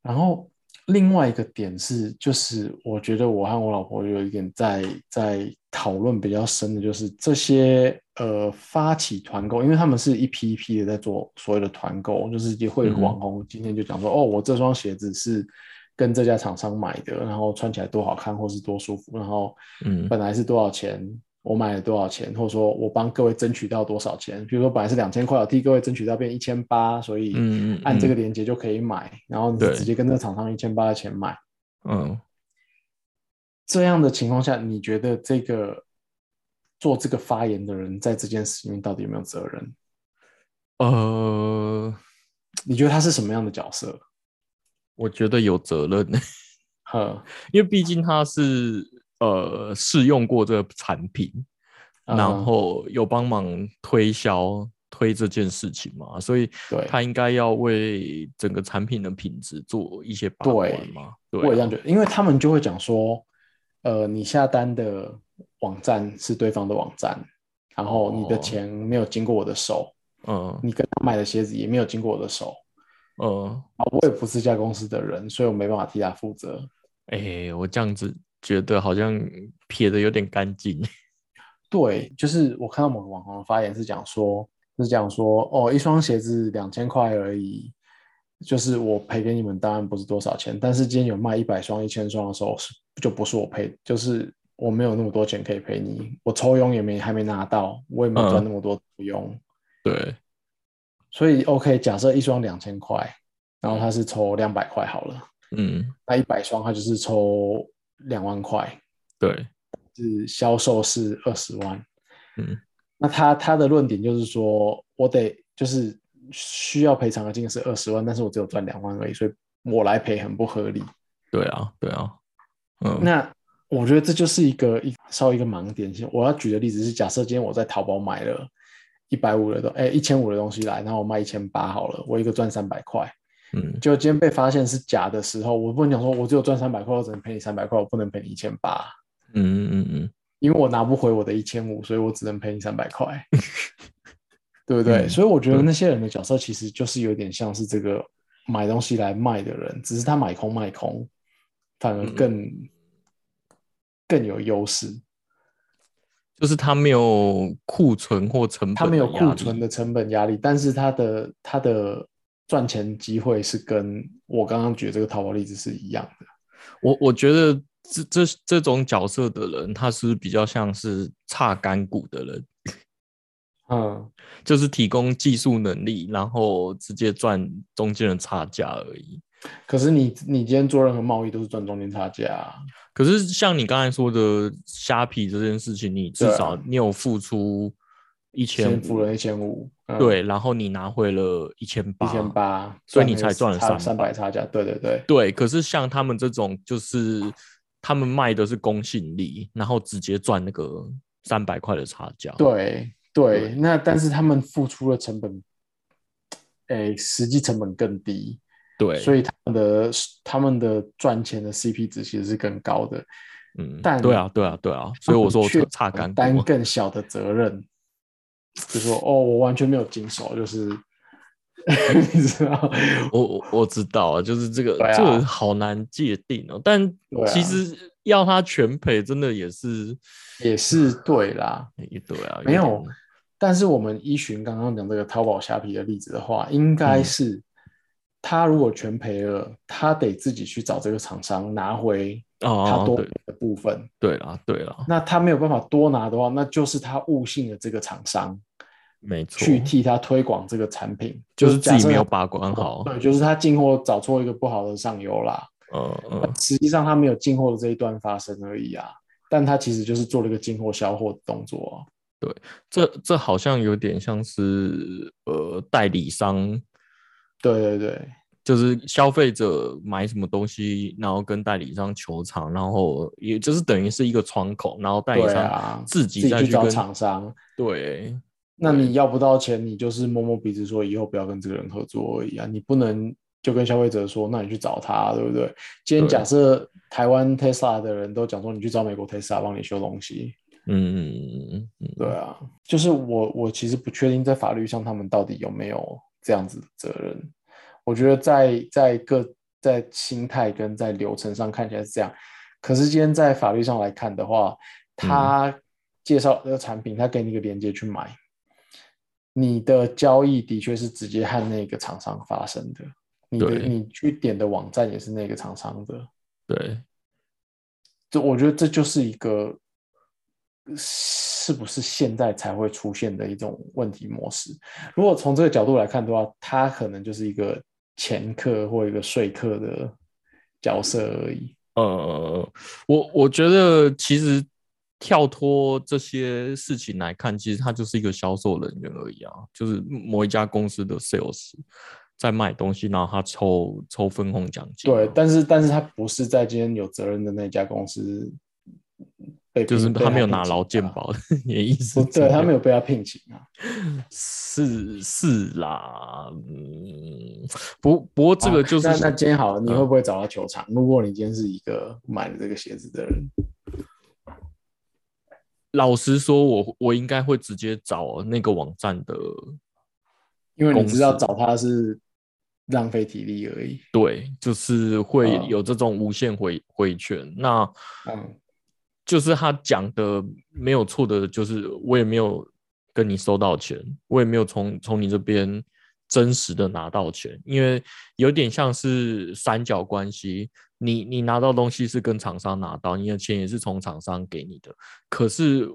Speaker 1: 然后另外一个点是，就是我觉得我和我老婆有一点在在讨论比较深的，就是这些呃发起团购，因为他们是一批一批的在做所谓的团购，就是也会有
Speaker 2: 嗯哼
Speaker 1: 网红今天就讲说，哦，我这双鞋子是。跟这家厂商买的，然后穿起来多好看，或是多舒服，然后
Speaker 2: 嗯
Speaker 1: 本来是多少钱，我买了多少钱，或者说我帮各位争取到多少钱。比如说本来是两千块，我替各位争取到变一千八，所以
Speaker 2: 嗯嗯，
Speaker 1: 按这个
Speaker 2: 嗯
Speaker 1: 链接就可以买，然后你
Speaker 2: 对
Speaker 1: 直接跟这个厂商一千八的钱买。
Speaker 2: 嗯，
Speaker 1: 这样的情况下，你觉得这个做这个发言的人在这件事情到底有没有责任？
Speaker 2: 呃，
Speaker 1: 你觉得他是什么样的角色？
Speaker 2: 我觉得有责任，
Speaker 1: 呵，
Speaker 2: 因为毕竟他是呃试用过这个产品，
Speaker 1: 嗯
Speaker 2: 然后有帮忙推销推这件事情嘛，所以
Speaker 1: 对
Speaker 2: 他应该要为整个产品的品质做一些把关嘛。对啊，
Speaker 1: 我也这样觉得，因为他们就会讲说，呃，你下单的网站是对方的网站，然后你的
Speaker 2: 哦
Speaker 1: 钱没有经过我的手，
Speaker 2: 嗯
Speaker 1: 你跟他买的鞋子也没有经过我的手
Speaker 2: 嗯，
Speaker 1: 啊，我也不是这家公司的人，所以我没办法替他负责。
Speaker 2: 哎、我这样子觉得好像撇的有点干净。
Speaker 1: 对，就是我看到某个网红的发言是讲说，是讲说哦，一双鞋子两千块而已，就是我赔给你们当然不是多少钱，但是今天有卖一百双、一千双的时候是就不是我赔，就是我没有那么多钱可以赔你，我抽佣也没还没拿到，我也没赚
Speaker 2: 嗯
Speaker 1: 那么多抽佣，
Speaker 2: 对，
Speaker 1: 所以 OK，假设一双两千块，然后他是抽两百块好了。
Speaker 2: 嗯，
Speaker 1: 那一百双它就是抽两万块，
Speaker 2: 对，
Speaker 1: 是销售是二十万。
Speaker 2: 嗯，
Speaker 1: 那他他的论点就是说，我得就是需要赔偿的金额是二十万，但是我只有赚两万而已，所以我来赔很不合理。
Speaker 2: 对啊，对啊，嗯，
Speaker 1: 那我觉得这就是一个一稍微一个盲点。我要举的例子是，假设今天我在淘宝买了一百五的东，哎一千五的东西来，然后我卖一千八好了，我一个赚三百块。
Speaker 2: 嗯，
Speaker 1: 就今天被发现是假的时候，我不能讲说我只有赚三百块，我只能赔你三百块，我不能赔你一千八，
Speaker 2: 嗯嗯嗯
Speaker 1: 因为我拿不回我的一千五，所以我只能赔你三百块， 对不对？
Speaker 2: 嗯
Speaker 1: 所以我觉得
Speaker 2: 对
Speaker 1: 那些人的角色其实就是有点像是这个买东西来卖的人，只是他买空卖空，反
Speaker 2: 嗯
Speaker 1: 而更、更有优势，
Speaker 2: 就是他没有库存或成本，
Speaker 1: 他没有库存，的成本压力，但是他的他的赚钱机会是跟我刚刚举的这个淘宝例子是一样的。
Speaker 2: 我我觉得这这这种角色的人，他是比较像是差干股的人，
Speaker 1: 嗯，
Speaker 2: 就是提供技术能力，然后直接赚中间的差价而已。
Speaker 1: 可是你你今天做任何贸易都是赚中间差价啊、
Speaker 2: 可是像你刚才说的虾皮这件事情，你至
Speaker 1: 对啊
Speaker 2: 少你有付出一千
Speaker 1: 先付
Speaker 2: 五，
Speaker 1: 了一千五，嗯，
Speaker 2: 对，然后你拿回了一千八，
Speaker 1: 一千八，
Speaker 2: 所以你才赚了
Speaker 1: 三
Speaker 2: 300
Speaker 1: 百差价，对对对，
Speaker 2: 对，可是像他们这种，就是他们卖的是公信力，然后直接赚那个三百块的差价。，
Speaker 1: 对对
Speaker 2: 对
Speaker 1: 那但是他们付出的成本，诶，实际成本更低，
Speaker 2: 对，
Speaker 1: 所
Speaker 2: 以
Speaker 1: 以他们的他们的赚钱的 CP 值其实是更高的，
Speaker 2: 嗯，
Speaker 1: 但
Speaker 2: 对啊，对啊，对啊，所以我说我
Speaker 1: 却
Speaker 2: 差干股
Speaker 1: 担
Speaker 2: 啊，
Speaker 1: 更小的责任，就说哦，我完全没有经手，就是 你知道，
Speaker 2: 我我我知道啊，就是这个、
Speaker 1: 对啊
Speaker 2: 这个好难界定哦，但
Speaker 1: 对啊
Speaker 2: 其实要他全赔，真的也是
Speaker 1: 也是对啦。
Speaker 2: 也对啊，
Speaker 1: 没有
Speaker 2: 点
Speaker 1: 但是我们依循刚刚讲这个淘宝虾皮的例子的话，应该
Speaker 2: 嗯
Speaker 1: 是他如果全赔了，他得自己去找这个厂商拿回他
Speaker 2: 哦，
Speaker 1: 多
Speaker 2: 对
Speaker 1: 的部分。
Speaker 2: 对啦，对啦，
Speaker 1: 那他没有办法多拿的话，那就是他误信了这个厂商
Speaker 2: 没错，
Speaker 1: 去替他推广这个产品，
Speaker 2: 就是自
Speaker 1: 假
Speaker 2: 己
Speaker 1: 设
Speaker 2: 没有
Speaker 1: 他
Speaker 2: 把关好，
Speaker 1: 对，就是他进货找错一个不好的上游啦。
Speaker 2: 嗯嗯，
Speaker 1: 实际上他没有进货的这一段发生而已啊，但他其实就是做了一个进货销货的动作啊、
Speaker 2: 这这好像有点像是呃代理商。
Speaker 1: 对对对，
Speaker 2: 就是消费者买什么东西，然后跟代理商求偿，然后也就是等于是一个窗口，然后代理
Speaker 1: 对啊
Speaker 2: 商自己再
Speaker 1: 自己去找
Speaker 2: 跟
Speaker 1: 厂商。
Speaker 2: 对，
Speaker 1: 那你要不到钱，你就是摸摸鼻子说以后不要跟这个人合作而已啊，你不能就跟消费者说，那你去找他，对不对？今天
Speaker 2: 对
Speaker 1: 假设台湾 Tesla 的人都讲说，你去找美国 Tesla 帮你修东西，
Speaker 2: 嗯，嗯
Speaker 1: 对啊，就是我我其实不确定在法律上他们到底有没有这样子的责任。我觉得在在各在心态跟在流程上看起来是这样，可是今天在法律上来看的话，他介绍这个产品，他给你一个链接去买，你的交易的确是直接和那个厂商发生的，你的
Speaker 2: 对
Speaker 1: 你去点的网站也是那个厂商的，
Speaker 2: 对，
Speaker 1: 这我觉得这就是一个是不是现在才会出现的一种问题模式。如果从这个角度来看的话，它可能就是一个前客或一个说客的角色而已。
Speaker 2: 呃，我我觉得其实跳脱这些事情来看，其实他就是一个销售人员而已啊，就是某一家公司的 sales 在卖东西，然后他抽抽分红奖金啊、
Speaker 1: 对，但是但是他不是在今天有责任的那家公司被聘，
Speaker 2: 就是
Speaker 1: 被
Speaker 2: 他没有拿
Speaker 1: 聘请
Speaker 2: 劳健
Speaker 1: 啊，
Speaker 2: 保， 你的意思
Speaker 1: 不
Speaker 2: 是这
Speaker 1: 对，他
Speaker 2: 样
Speaker 1: 没有被他聘请啊。
Speaker 2: 是是啦，嗯，不不过这个就是、
Speaker 1: 哦
Speaker 2: 嗯
Speaker 1: 那那今天好了，你会不会找他球场？如果你今天是一个买了这个鞋子的人，
Speaker 2: 老实说我，我应该会直接找那个网站的，
Speaker 1: 因为你
Speaker 2: 公
Speaker 1: 知道
Speaker 2: 司
Speaker 1: 找他是浪费体力而已。
Speaker 2: 对，就是会
Speaker 1: 嗯
Speaker 2: 有这种无限回回圈。那
Speaker 1: 嗯，
Speaker 2: 就是他讲的没有错的，就是我也没有跟你收到钱，我也没有从从你这边真实的拿到钱，因为有点像是三角关系，你你拿到东西是跟厂商拿到，你的钱也是从厂商给你的，可是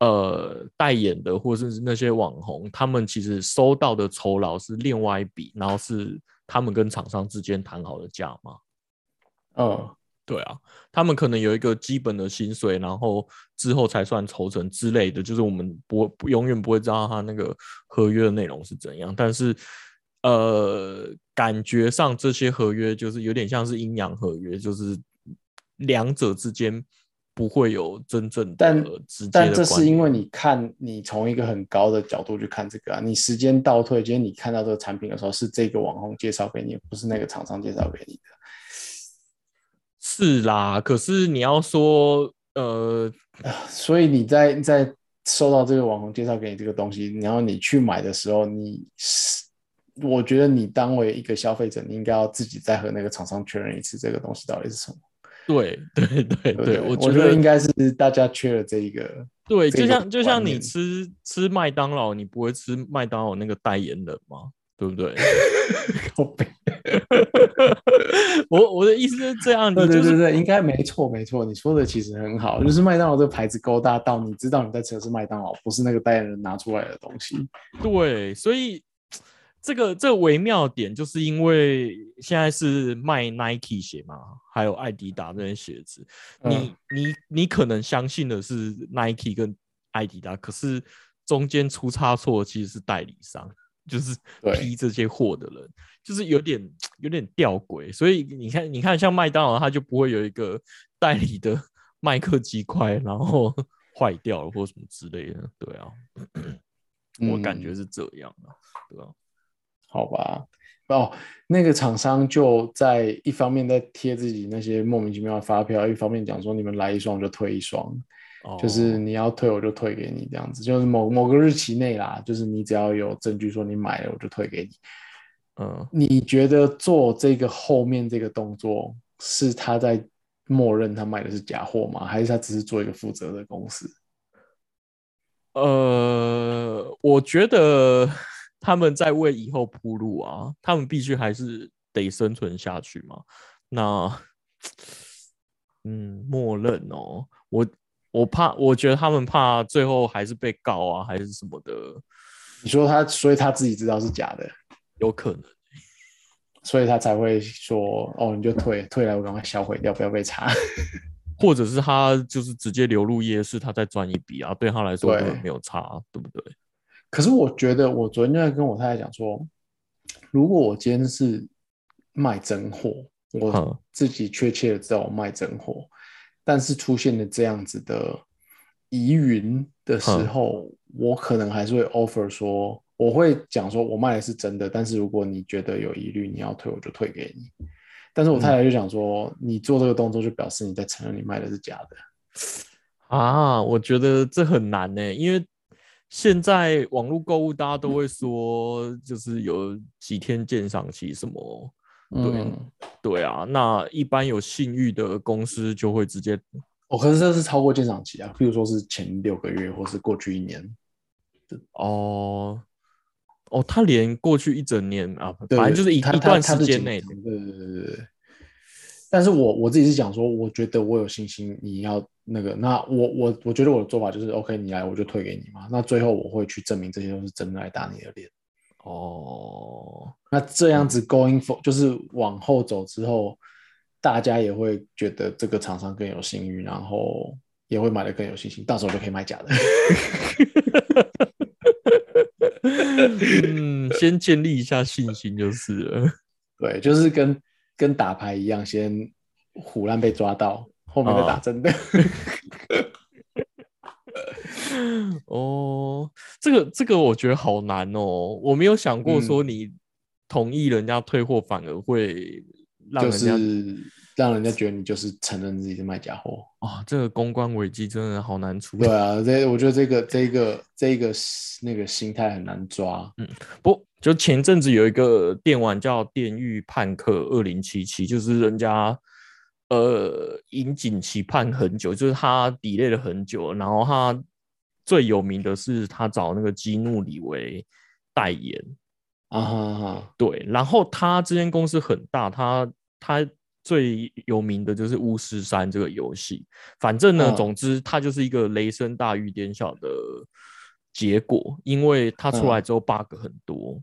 Speaker 2: 呃代言的或者是那些网红，他们其实收到的酬劳是另外一笔，然后是他们跟厂商之间谈好的价嘛。
Speaker 1: 嗯，
Speaker 2: 对啊，他们可能有一个基本的薪水，然后之后才算抽成之类的，就是我们不不永远不会知道他那个合约的内容是怎样，但是呃，感觉上这些合约就是有点像是阴阳合约，就是两者之间不会有真正
Speaker 1: 但
Speaker 2: 的直接的
Speaker 1: 但这是因
Speaker 2: 关
Speaker 1: 为你看，你从一个很高的角度去看这个啊，你时间倒退，今天你看到这个产品的时候，是这个网红介绍给你，不是那个厂商介绍给你的。
Speaker 2: 是啦。可是你要说，呃，
Speaker 1: 所以你在在收到这个网红介绍给你这个东西，然后你去买的时候，你是我觉得你当为一个消费者，你应该要自己再和那个厂商确认一次这个东西到底是什么。
Speaker 2: 对 对对
Speaker 1: 对不
Speaker 2: 对，
Speaker 1: 我
Speaker 2: 觉
Speaker 1: 得
Speaker 2: 得
Speaker 1: 应该是大家缺了这一个。
Speaker 2: 对，
Speaker 1: 这
Speaker 2: 就
Speaker 1: 个
Speaker 2: 像就
Speaker 1: 观
Speaker 2: 像你
Speaker 1: 念
Speaker 2: 吃吃麦当劳，你不会吃麦当劳那个代言人吗？对不对？
Speaker 1: 靠北
Speaker 2: 我我的意思是这样，
Speaker 1: 对
Speaker 2: 你
Speaker 1: 对
Speaker 2: 就
Speaker 1: 对
Speaker 2: 是
Speaker 1: 对，应该没错没错，你说的其实很好，就是麦当劳这个牌子够大到你知道你在吃的是麦当劳，不是那个代言人拿出来的东西。
Speaker 2: 对，所以这个这个微妙点，就是因为现在是卖 Nike 鞋嘛，还有艾迪达这些鞋子，
Speaker 1: 嗯
Speaker 2: 你你你可能相信的是 Nike 跟艾迪达，可是中间出差错的其实是代理商，就是
Speaker 1: 对
Speaker 2: 批这些货的人，就是有点有点吊诡。所以你看，你看像麦当劳，它就不会有一个代理的麦克鸡块，然后 坏掉了或什么之类的。对啊，我感觉
Speaker 1: 嗯
Speaker 2: 是这样啊，对啊，
Speaker 1: 好吧。哦，那个厂商就在一方面在贴自己那些莫名其妙的发票，一方面讲说你们来一双就退一双，
Speaker 2: 哦
Speaker 1: 就是你要退我就退给你这样子，就是某某个日期内啦，就是你只要有证据说你买了我就退给你。
Speaker 2: 嗯。
Speaker 1: 你觉得做这个后面这个动作是他在默认他卖的是假货吗？还是他只是做一个负责的公司？
Speaker 2: 呃，我觉得 他们在为以后铺路啊，他们必须还是得生存下去嘛。那，嗯，默认哦，我我怕，我觉得他们怕最后还是被告啊，还是什么的，
Speaker 1: 你说他，所以他自己知道是假的，
Speaker 2: 有可能。
Speaker 1: 所以他才会说哦，你就退退来，我赶快销毁掉，不要被查。
Speaker 2: 或者是他就是直接流入夜市，他再赚一笔啊，对他来说根本
Speaker 1: 对
Speaker 2: 没有差啊，对不对？
Speaker 1: 可是我觉得，我昨天就在跟我太太讲说，如果我今天是卖真货，
Speaker 2: 嗯
Speaker 1: 我自己确切的知道我卖真货，但是出现了这样子的疑云的时候，我可能还是会 offer 说，我会讲说我卖的是真的，但是如果你觉得有疑虑，你要退我就退给你。但是我太太就讲说，你做这个动作就表示你在承认你卖的是假的。
Speaker 2: 啊，我觉得这很难呢、因为现在网络购物大家都会说，就是有几天鉴赏期什么，对
Speaker 1: 嗯
Speaker 2: 对啊，那一般有信誉的公司就会直接
Speaker 1: 哦，可是这是超过鉴赏期啊，譬如说是前六个月，或是过去一年。
Speaker 2: 哦哦，他连过去一整年啊，
Speaker 1: 对，
Speaker 2: 反正就是一
Speaker 1: 他
Speaker 2: 一
Speaker 1: 他
Speaker 2: 段
Speaker 1: 他
Speaker 2: 时
Speaker 1: 是
Speaker 2: 间
Speaker 1: 紧
Speaker 2: 内
Speaker 1: 张对对对对对。但是我我自己是讲说，我觉得我有信心，你要那个，那我我我觉得我的做法就是，OK，你来我就退给你嘛。那最后我会去证明这些都是真的来打你的脸。
Speaker 2: 哦，
Speaker 1: 那这样子 going for 就是往后走之后，大家也会觉得这个厂商更有信誉，然后也会买的更有信心，到时候就可以买假的。
Speaker 2: 嗯，先建立一下信心就是了。
Speaker 1: 对，就是跟跟打牌一样，先虎烂被抓到，后面再打真的。
Speaker 2: 哦，这个这个我觉得好难哦，我没有想
Speaker 1: 嗯
Speaker 2: 过说你同意人家退货反而会让
Speaker 1: 就
Speaker 2: 人家啊、
Speaker 1: 是让人家觉得你就是承认自己是卖假货。
Speaker 2: 这个公关危机真的好难处理
Speaker 1: 对。啊，这我觉得这个这个这个是那个心态很难抓。
Speaker 2: 嗯不，就前阵子有一个电玩叫《电狱判客二零七七》，就是人家呃引颈期盼很久，就是他 delay 了很久，然后他最有名的是他找那个基努里维代言，
Speaker 1: 啊哈哈，
Speaker 2: 对，然后他这间公司很大，他他最有名的就是巫师三这个游戏。反正呢，
Speaker 1: 嗯
Speaker 2: 总之它就是一个雷声大雨点小的结果，因为它出来之后 bug 很多，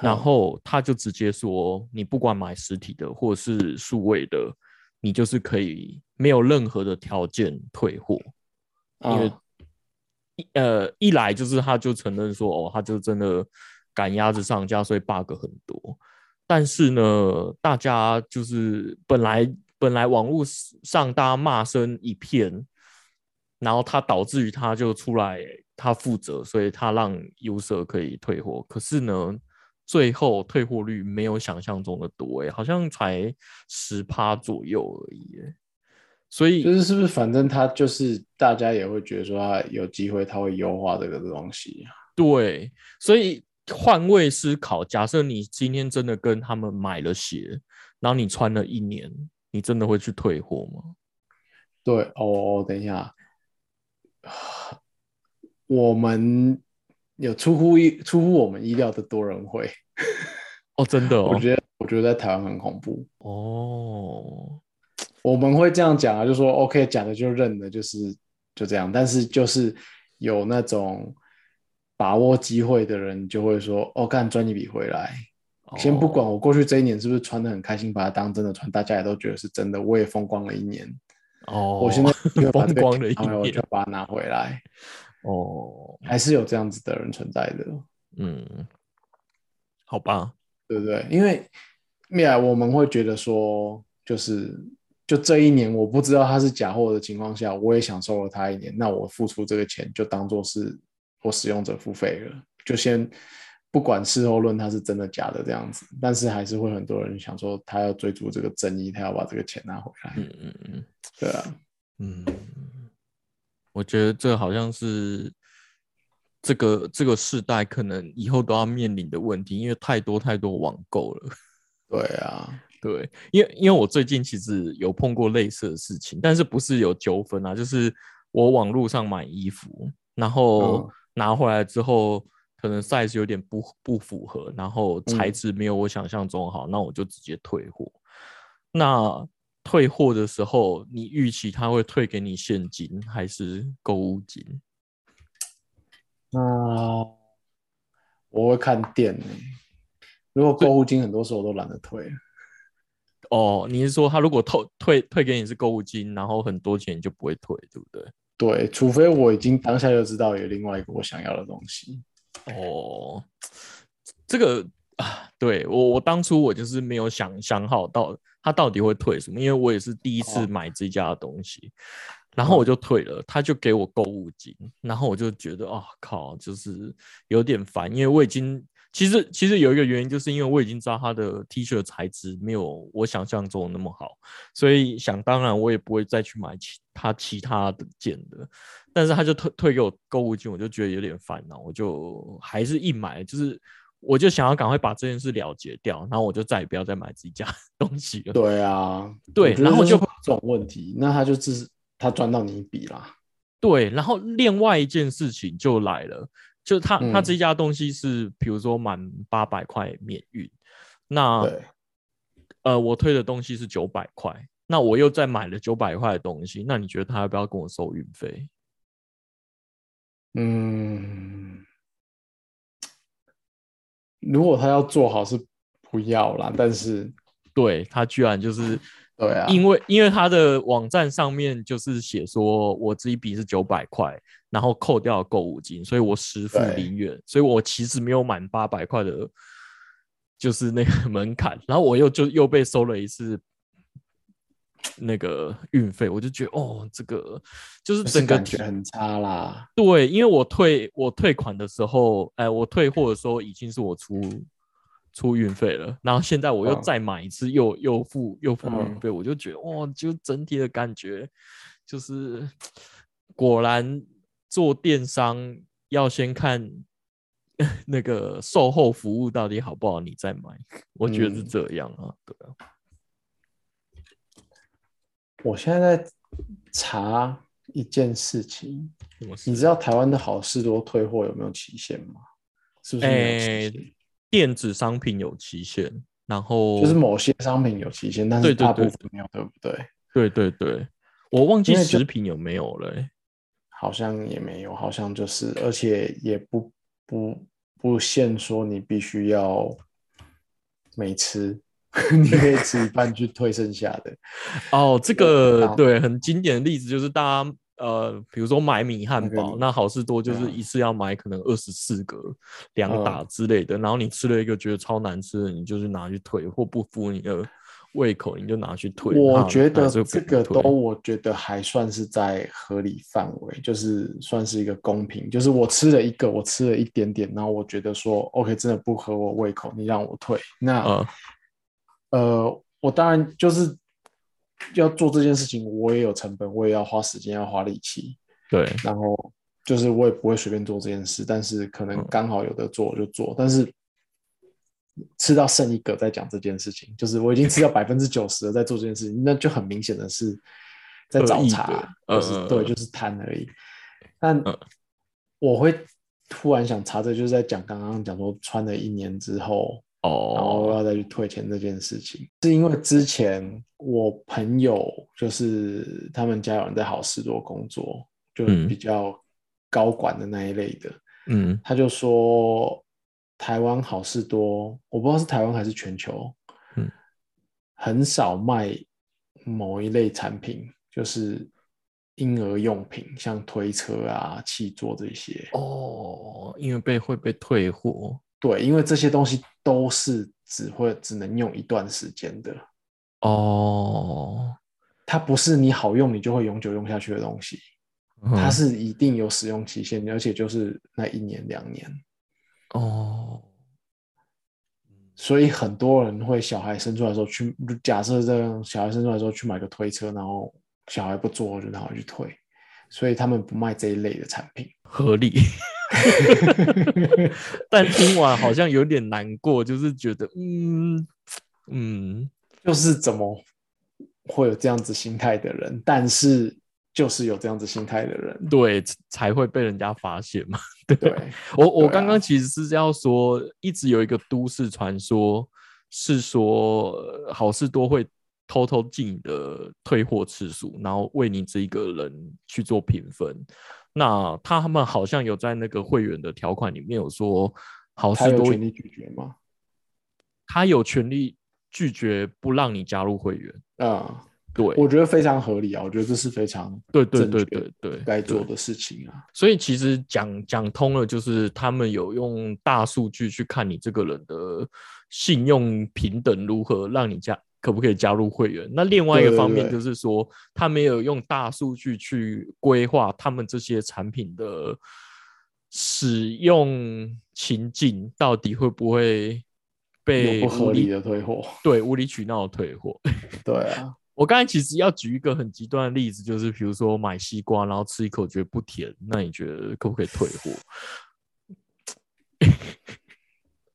Speaker 2: 然后他就直接说，你不管买实体的或是数位的，你就是可以没有任何的条件退货。因为
Speaker 1: 啊
Speaker 2: 一呃一来就是他就承认说哦，他就真的赶鸭子上架，所以 bug 很多。但是呢，大家就是本来本来网络上大家骂声一片，然后他导致于他就出来他负责，所以他让 user 可以退货。可是呢，最后退货率没有想象中的多、欸，诶，好像才十趴左右而已、欸，所以
Speaker 1: 就是是不是反正他就是大家也会觉得说他有机会他会优化这个东西，
Speaker 2: 对，所以换位思考，假设你今天真的跟他们买了鞋，然后你穿了一年，你真的会去退货吗？
Speaker 1: 对哦，哦等一下，我们有出乎意出乎我们意料的多人会，
Speaker 2: 哦，真的、哦，
Speaker 1: 我觉得我觉得在台湾很恐怖
Speaker 2: 哦。
Speaker 1: 我们会这样讲啊，就说 OK，假的就认了，就是就这样。但是就是有那种把握机会的人，就会说哦，干赚一笔回来。
Speaker 2: 哦
Speaker 1: 先不管我过去这一年是不是穿的很开心，把它当真的穿，大家也都觉得是真的，我也风光了一年。
Speaker 2: 哦，
Speaker 1: 我现在因为把
Speaker 2: 风
Speaker 1: 这个
Speaker 2: 光了一
Speaker 1: 拿回来我就
Speaker 2: 年
Speaker 1: 把它拿回来，
Speaker 2: 哦，
Speaker 1: 还是有这样子的人存在的，
Speaker 2: 嗯，好吧，
Speaker 1: 对不对？因为未来我们会觉得说，就是就这一年我不知道它是假货的情况下，我也享受了它一年，那我付出这个钱就当做是我使用者付费了，就先。不管事后论它是真的假的这样子，但是还是会很多人想说他要追逐这个正义，他要把这个钱拿回来。
Speaker 2: 嗯嗯嗯
Speaker 1: 对啊，
Speaker 2: 嗯，我觉得这好像是这个这个世代可能以后都要面临的问题，因为太多太多网购了。
Speaker 1: 对啊，
Speaker 2: 对，因为因为我最近其实有碰过类似的事情，但是不是有纠纷啊，就是我网络上买衣服，然后
Speaker 1: 嗯
Speaker 2: 拿回来之后，可能 size 有点不不符合，然后材
Speaker 1: 嗯
Speaker 2: 质没有我想象中好，那我就直接退货。那退货的时候，你预期他会退给你现金还是购物金？
Speaker 1: 那我会看店呢、如果购物金很多时候我都懒得退，
Speaker 2: 哦，你是说他如果退退退给你是购物金，然后很多钱你就不会退，对不对？
Speaker 1: 对，除非我已经当下就知道有另外一个我想要的东西。
Speaker 2: 哦，这个啊，对我我当初我就是没有想想好到他到底会退什么，因为我也是第一次
Speaker 1: 哦
Speaker 2: 买这家的东西，然后我就退了，他就给我购物金，然后我就觉得啊靠，就是有点烦，因为我已经。其实，其实有一个原因，就是因为我已经知道他的 T 恤的材质没有我想象中的那么好，所以想当然我也不会再去买其他其他的件的。但是他就退退给我购物金，我就觉得有点烦恼，我就还是硬买，就是我就想要赶快把这件事了结掉，然后我就再也不要再买自己家的东西了。
Speaker 1: 对啊，
Speaker 2: 对
Speaker 1: 我觉得
Speaker 2: 然后
Speaker 1: 这
Speaker 2: 就
Speaker 1: 会
Speaker 2: 是
Speaker 1: 有这种问题，那他就只是他赚到你一笔啦。
Speaker 2: 对，然后另外一件事情就来了，就是他、他
Speaker 1: 嗯
Speaker 2: 这家东西是比如说满八百块免运，那
Speaker 1: 对，
Speaker 2: 呃我退的东西是九百块，那我又再买了九百块的东西，那你觉得他要不要跟我收运费？
Speaker 1: 嗯，如果他要做好是不要啦，但是
Speaker 2: 对他居然就是
Speaker 1: 对啊，
Speaker 2: 因为因为他的网站上面就是写说我这一笔是九百块，然后扣掉购物金，所以我实付
Speaker 1: 对
Speaker 2: 零元，所以我其实没有满八百块的，就是那个门槛，然后我又就又被收了一次。那个运费，我就觉得哦，这个就是
Speaker 1: 就是
Speaker 2: 整个
Speaker 1: 感觉很差啦。
Speaker 2: 对，因为我退我退款的时候，哎、我退货的时候已经是我出出运费了，然后现在我又
Speaker 1: 嗯
Speaker 2: 再买一次，又又付又付运
Speaker 1: 嗯
Speaker 2: 费，我就觉得哇，就整体的感觉就是果然做电商要先看 那个售后服务到底好不好，你再买，我觉得是
Speaker 1: 嗯
Speaker 2: 这样啊，对啊，
Speaker 1: 我现在在查一件事情，
Speaker 2: 我
Speaker 1: 你
Speaker 2: 是
Speaker 1: 知道台湾的好事多退货有没有期限吗？是不是没有期
Speaker 2: 哎
Speaker 1: 限？
Speaker 2: 电子商品有期限，然后
Speaker 1: 就是某些商品有期限，但
Speaker 2: 对
Speaker 1: 是
Speaker 2: 对
Speaker 1: 大部
Speaker 2: 对
Speaker 1: 分没有，对不对？
Speaker 2: 对对对，我忘记
Speaker 1: 因为就
Speaker 2: 食品有没有了欸、
Speaker 1: 好像也没有，好像就是，而且也不不不限说你必须要没吃， 你可以吃一半去退剩下 的。
Speaker 2: 哦，这
Speaker 1: 有
Speaker 2: 个
Speaker 1: 到
Speaker 2: 对，很经典的例子就是大家呃，比如说买米汉
Speaker 1: 那个
Speaker 2: 堡，
Speaker 1: 米
Speaker 2: 那好事多就是
Speaker 1: 对啊
Speaker 2: 一次要买可能二十四个两
Speaker 1: 嗯
Speaker 2: 打之类的，然后你吃了一个觉得超难吃的，你就是拿去退或不付你的胃口，你就拿去退。
Speaker 1: 我
Speaker 2: 怕
Speaker 1: 觉
Speaker 2: 拿
Speaker 1: 得
Speaker 2: 这
Speaker 1: 这
Speaker 2: 给
Speaker 1: 个
Speaker 2: 你退
Speaker 1: 都，我觉得还算是在合理范围，就是算是一个公平。就是我吃了一个，我吃了一点点，然后我觉得说，OK，真的不合我胃口，你让我退。那、
Speaker 2: 呃，
Speaker 1: 呃，我当然就是要做这件事情，我也有成本，我也要花时间，要花力气，
Speaker 2: 对，
Speaker 1: 然后就是我也不会随便做这件事，但是可能
Speaker 2: 嗯
Speaker 1: 刚好有的做我就做，但是吃到剩一个再讲这件事情，就是我已经吃到百分之九十了，在做这件事情，那就很明显的是在
Speaker 2: 恶
Speaker 1: 找
Speaker 2: 意的
Speaker 1: 茬，
Speaker 2: 呃
Speaker 1: 就是
Speaker 2: 呃
Speaker 1: 对，
Speaker 2: 呃
Speaker 1: 就是贪而已。但
Speaker 2: 嗯
Speaker 1: 我会突然想查这，就是在讲刚刚讲说穿了一年之后，然后
Speaker 2: 哦，
Speaker 1: 要再去退钱这件事情，是因为之前我朋友就是他们家有人在好事多工作，就
Speaker 2: 嗯
Speaker 1: 比较高管的那一类的，
Speaker 2: 嗯，
Speaker 1: 他就说台湾好事多，我不知道是台湾还是全球，
Speaker 2: 嗯，
Speaker 1: 很少卖某一类产品，就是婴儿用品，像推车啊、气座这些，
Speaker 2: 哦，因为被会被退货，
Speaker 1: 对，因为这些东西都是只会只能用一段时间的。
Speaker 2: 哦，
Speaker 1: 它不是你好用你就会永久用下去的东西，它
Speaker 2: 嗯
Speaker 1: 是一定有使用期限，而且就是那一年两年。
Speaker 2: 哦，
Speaker 1: 所以很多人会小孩生出来的时候去，假设这样小孩生出来的时候去买个推车，然后小孩不坐就拿回去退，所以他们不卖这一类的产品。
Speaker 2: 合理。但听完好像有点难过，就是觉得，嗯嗯，
Speaker 1: 就是怎么会有这样子心态的人？但是就是有这样子心态的人，
Speaker 2: 对，才会被人家发现嘛。对，
Speaker 1: 对，
Speaker 2: 我我
Speaker 1: 对啊
Speaker 2: 刚刚其实是要说，一直有一个都市传说是说，呃好事多会偷偷记你的退货次数，然后为你这一个人去做评分。那他们好像有在那个会员的条款里面有说， 好
Speaker 1: 他
Speaker 2: 事
Speaker 1: 有
Speaker 2: 多
Speaker 1: 权利拒绝吗？
Speaker 2: 他有权利拒绝不让你加入会员。
Speaker 1: 嗯，
Speaker 2: 对，
Speaker 1: 我觉得非常合理啊，我觉得这是非常
Speaker 2: 对对
Speaker 1: 正
Speaker 2: 对
Speaker 1: 确
Speaker 2: 对对，
Speaker 1: 该
Speaker 2: 对
Speaker 1: 做的事情啊。
Speaker 2: 所以其实讲讲通了，就是他们有用大数据去看你这个人的信用平等如何，让你加可不可以加入会员。那另外一个
Speaker 1: 对
Speaker 2: 方面
Speaker 1: 对
Speaker 2: 就是说，他们有用大数据去规划他们这些产品的使用情境，到底会不会被
Speaker 1: 有不合
Speaker 2: 无
Speaker 1: 理的退货。
Speaker 2: 对无理取闹的退货。
Speaker 1: 对啊，
Speaker 2: 我刚才其实要举一个很极端的例子，就是比如说买西瓜，然后吃一口觉得不甜，那你觉得可不可以退货？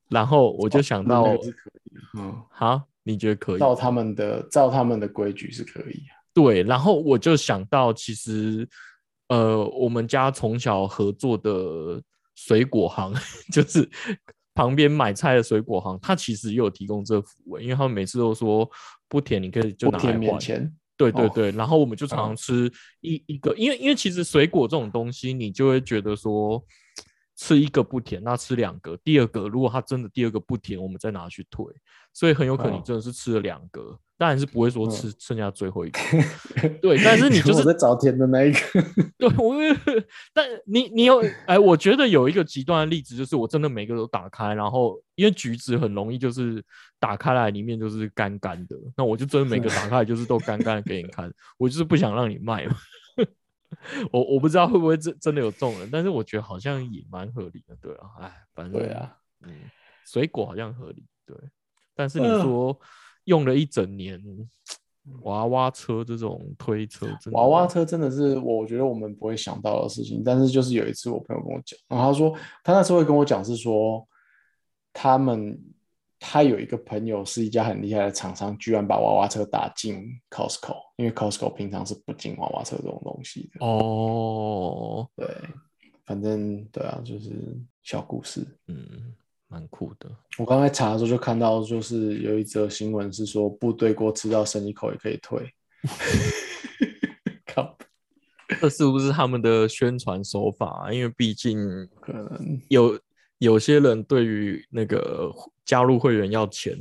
Speaker 2: 然后我就想到
Speaker 1: 哦那个是可以的。嗯，
Speaker 2: 哈，你觉得可以？
Speaker 1: 照他们的照他们的规矩是可以啊。
Speaker 2: 对，然后我就想到，其实呃，我们家从小合作的水果行， 就是旁边买菜的水果行，它其实也有提供这个服务，因为他们每次都说不甜，你可以就
Speaker 1: 不
Speaker 2: 拿来
Speaker 1: 甜面
Speaker 2: 换。
Speaker 1: 前，
Speaker 2: 对对
Speaker 1: 哦
Speaker 2: 对，然后我们就常常
Speaker 1: 嗯
Speaker 2: 吃一一个，因为因为其实水果这种东西，你就会觉得说吃一个不甜，那吃两个，第二个如果它真的第二个不甜，我们再拿去退，所以很有可能你
Speaker 1: 哦
Speaker 2: 真的是吃了两个，当然是不会说
Speaker 1: 嗯
Speaker 2: 吃剩下最后一 个，对，但是你就
Speaker 1: 我
Speaker 2: 是
Speaker 1: 在找甜的那一个。
Speaker 2: 对我，但你你有哎，我觉得有一个极端的例子，就是我真的每个都打开，然后因为橘子很容易就是打开来里面就是干干的，那我就真的每个打开来就是都干干的给你看，我就是不想让你卖嘛。 我我不知道会不会真真的有这种人，但是我觉得好像也蛮合理的，对啊，哎，反 正
Speaker 1: 对啊，
Speaker 2: 嗯，水果好像合理，对，但是你
Speaker 1: 嗯
Speaker 2: 说用了一整年。娃娃车这种推车，真的
Speaker 1: 娃娃车真的是我觉得我们不会想到的事情，但是就是有一次我朋友跟我讲，然后他说他那时候会跟我讲是说，他们他有一个朋友是一家很厉害的厂商，居然把娃娃车打进 Costco，因为 Costco 平常是不进娃娃车这种东西的。
Speaker 2: 哦，
Speaker 1: 对，反正对啊，就是小故事。
Speaker 2: 嗯，蛮酷的。
Speaker 1: 我刚才查的时候就看到，就是有一则新闻是说部队锅吃到剩一口也可以退。靠，
Speaker 2: 这是不是他们的宣传手法啊？因为毕竟
Speaker 1: 不可能
Speaker 2: 有有些人对于那个加入会员要钱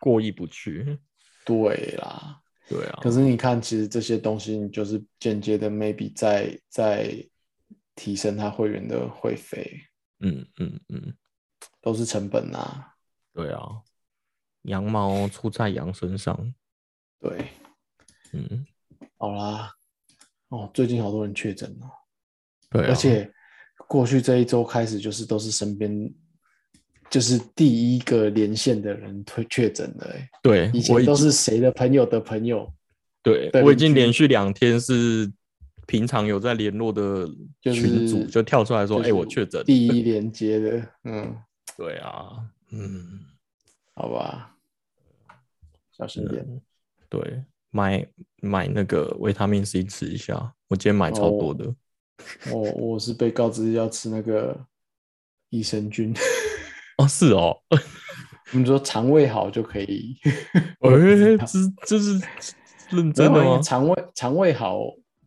Speaker 2: 过意不去。
Speaker 1: 对啦。
Speaker 2: 对啊
Speaker 1: 可，是你看，其实这些东西你就是间接的，maybe 在在提升他会员的会费，
Speaker 2: 嗯嗯嗯，
Speaker 1: 都是成本啊。
Speaker 2: 对啊，羊毛出在羊身上。
Speaker 1: 对，
Speaker 2: 嗯，
Speaker 1: 好啦，哦，最近好多人确诊哦，
Speaker 2: 对啊、
Speaker 1: 而且过去这一周开始就是都是身边就是第一个连线的人推确诊的、欸，
Speaker 2: 对
Speaker 1: 以
Speaker 2: 我
Speaker 1: 前
Speaker 2: 已
Speaker 1: 都是谁的朋友的朋友，
Speaker 2: 对
Speaker 1: 对
Speaker 2: 我已
Speaker 1: 邻
Speaker 2: 经
Speaker 1: 居
Speaker 2: 连续两天是平常有在联络的
Speaker 1: 就
Speaker 2: 群
Speaker 1: 是
Speaker 2: 组就跳出来说，
Speaker 1: 就
Speaker 2: 哎、
Speaker 1: 是
Speaker 2: 我确诊。
Speaker 1: 第一连接的，嗯，
Speaker 2: 对啊，嗯，
Speaker 1: 好吧，小心点。
Speaker 2: 嗯对，买买那个维他命 C 吃一下，我今天买
Speaker 1: 哦
Speaker 2: 超多的。
Speaker 1: 我我是被告知要吃那个益生菌，
Speaker 2: 哦，是哦，
Speaker 1: 他们说肠胃好就可以。
Speaker 2: 哎、
Speaker 1: 我也不知道
Speaker 2: 这这是认
Speaker 1: 没有啊
Speaker 2: 真的
Speaker 1: 因为
Speaker 2: 吗？
Speaker 1: 肠胃肠胃好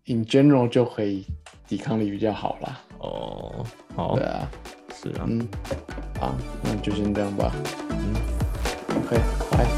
Speaker 1: ，in general 就可以抵抗力比较好啦。
Speaker 2: 哦，好
Speaker 1: 对，啊，
Speaker 2: 是啊，
Speaker 1: 嗯，好，那就先这样吧。
Speaker 2: 嗯。
Speaker 1: OK，拜。